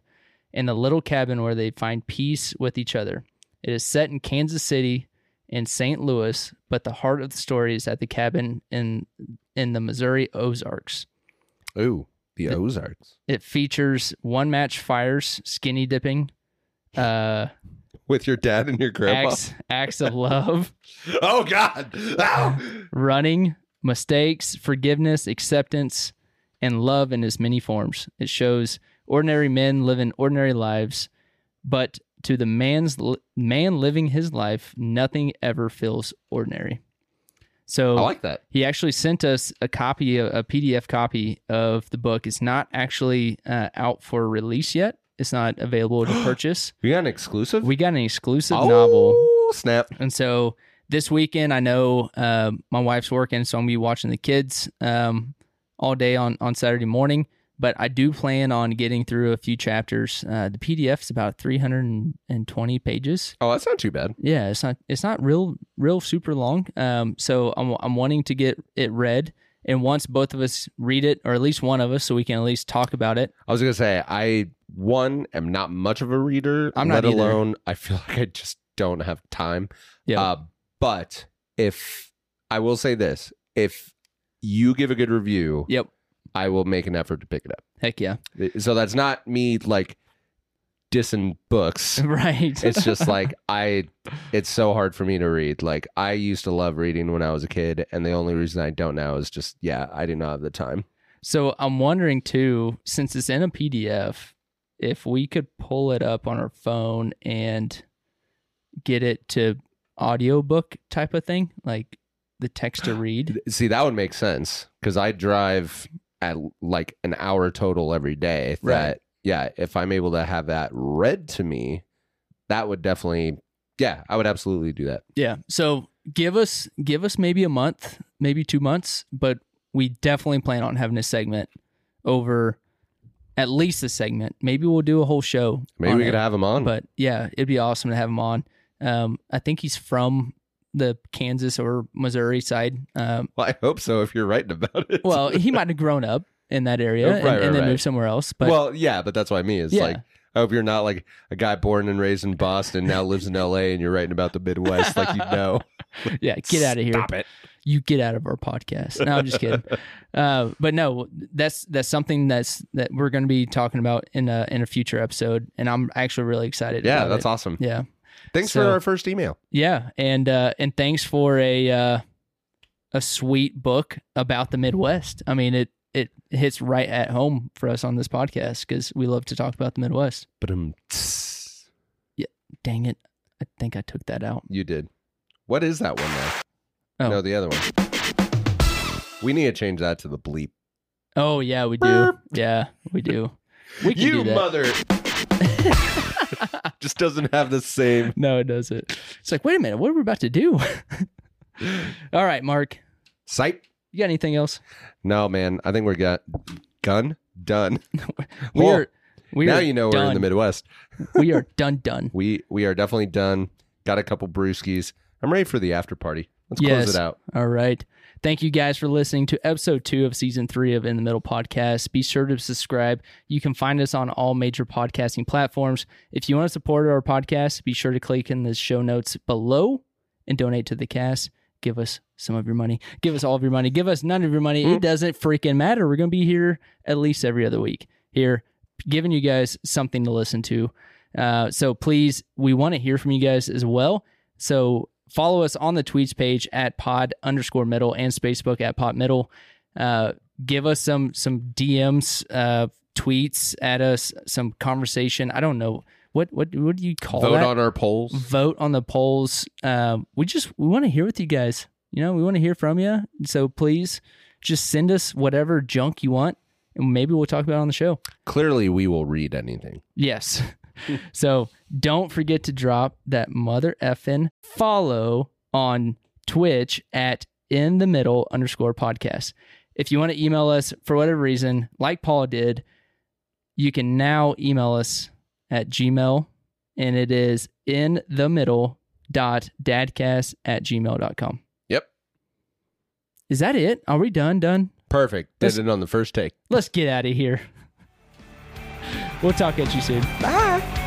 A: in a little cabin where they find peace with each other. It is set in Kansas City and St. Louis, but the heart of the story is at the cabin in in the Missouri Ozarks.
B: Ooh, the
A: The-
B: Ozarks.
A: It features one match fires, skinny dipping, uh,
B: With your dad and your grandpa.
A: acts acts of love,
B: Oh, God. Ah! Ow!
A: running, mistakes, forgiveness, acceptance, and love in as many forms. It shows ordinary men living ordinary lives, but to the man's man living his life, nothing ever feels ordinary. So
B: I like that.
A: he actually sent us a copy, a, a PDF copy of the book. It's not actually uh, out for release yet. It's not available to purchase.
B: We got an exclusive?
A: We got an exclusive
B: oh,
A: novel.
B: snap.
A: And so this weekend, I know uh, my wife's working, so I'm gonna be watching the kids um, all day on on Saturday morning. But I do plan on getting through a few chapters. Uh, the PDF is about 320 pages.
B: Oh, that's not too bad.
A: Yeah, it's not it's not real real super long. Um, so I'm I'm wanting to get it read, and once both of us read it, or at least one of us, so we can at least talk about it.
B: I was gonna say I one am not much of a reader.
A: I'm
B: let
A: not either.
B: alone I feel like I just don't have time.
A: Yeah.
B: Uh, but if I will say this, if you give a good review,
A: Yep.
B: I will make an effort to pick it up.
A: Heck yeah,
B: So that's not me like dissing books.
A: right?
B: It's just like I it's so hard for me to read. Like I used to love reading when I was a kid, and the only reason I don't now is just yeah, I do not have the time.
A: So I'm wondering too, since it's in a PDF, if we could pull it up on our phone and get it to audiobook type of thing, like the text to read.
B: See, that would make sense because I drive at like an hour total every day. That,
A: Right.
B: Yeah. If I'm able to have that read to me, that would definitely, yeah, I would absolutely do that.
A: Yeah. So give us give us maybe a month, maybe two months, but we definitely plan on having a segment over at least a segment. Maybe we'll do a whole show.
B: Maybe
A: on
B: we
A: it.
B: could have him on.
A: But yeah, it'd be awesome to have him on. Um, I think he's from the Kansas or Missouri side. Um,
B: well, I hope so if you're writing about it.
A: well, he might have grown up in that area
B: Oh,
A: and,
B: right,
A: and
B: right,
A: then
B: right.
A: moved somewhere else. But
B: well, yeah, but that's what I mean. It's
A: Yeah.
B: like, I hope you're not like a guy born and raised in Boston, now lives in LA, and you're writing about the Midwest like you know.
A: yeah, get out of here.
B: Stop it.
A: You get out of our podcast. No, I'm just kidding. uh, but no, that's that's something that's that we're going to be talking about in a in a future episode, and I'm actually really excited.
B: Yeah,
A: about
B: that's
A: it.
B: awesome.
A: Yeah,
B: Thanks for
A: So-
B: our first email.
A: yeah, and uh, and thanks for a uh, a sweet book about the Midwest. I mean, it it hits right at home for us on this podcast because we love to talk about the Midwest.
B: But um,
A: Dang it. I think I took that out.
B: you did. What is that one now?
A: Oh.
B: No, the other one. We need to change that to the bleep.
A: Oh, yeah, we do.
B: Burp.
A: Yeah, we do. We can
B: you
A: do that.
B: mother just doesn't have the same.
A: no, it doesn't. It's like, wait a minute, what are we about to do? All right, Mark,
B: Sight?
A: you got anything else?
B: No, man. I think we're got gun done.
A: We
B: Well,
A: are. We
B: now
A: are
B: you know
A: done.
B: we're in the Midwest.
A: we are done, done.
B: We we are definitely done. Got a couple brewskis. I'm ready for the after party. Let's
A: Yes.
B: close it out.
A: All right. Thank you guys for listening to episode two of season three of In the Middle Podcast. Be sure to subscribe. You can find us on all major podcasting platforms. If you want to support our podcast, be sure to click in the show notes below and donate to the cast. Give us some of your money. Give us all of your money. Give us none of your
B: Mm-hmm.
A: money. It doesn't freaking matter. We're going to be here at least every other week here, giving you guys something to listen to. Uh, so please, we want to hear from you guys as well. So follow us on the tweets page at pod underscore middle and spacebook at pod middle. Uh, give us some some DMs, uh, tweets at us, some conversation. I don't know what what what do you call
B: Vote
A: that?
B: on our polls.
A: vote on the polls. Uh, we just we want to hear with you guys. You know, we want to hear from you. So please, just send us whatever junk you want, and maybe we'll talk about it on the show.
B: Clearly, we will read anything.
A: Yes. so don't forget to drop that mother effing follow on Twitch at in the middle underscore podcast. If you want to email us for whatever reason, like Paul did, you can now email us at Gmail and it is in the middle dot dadcast at gmail.com.
B: Yep.
A: Is that it? Are we done? Done?
B: Perfect. Did
A: This-
B: it on the first take.
A: Let's get out of here. We'll talk at you soon.
B: Bye.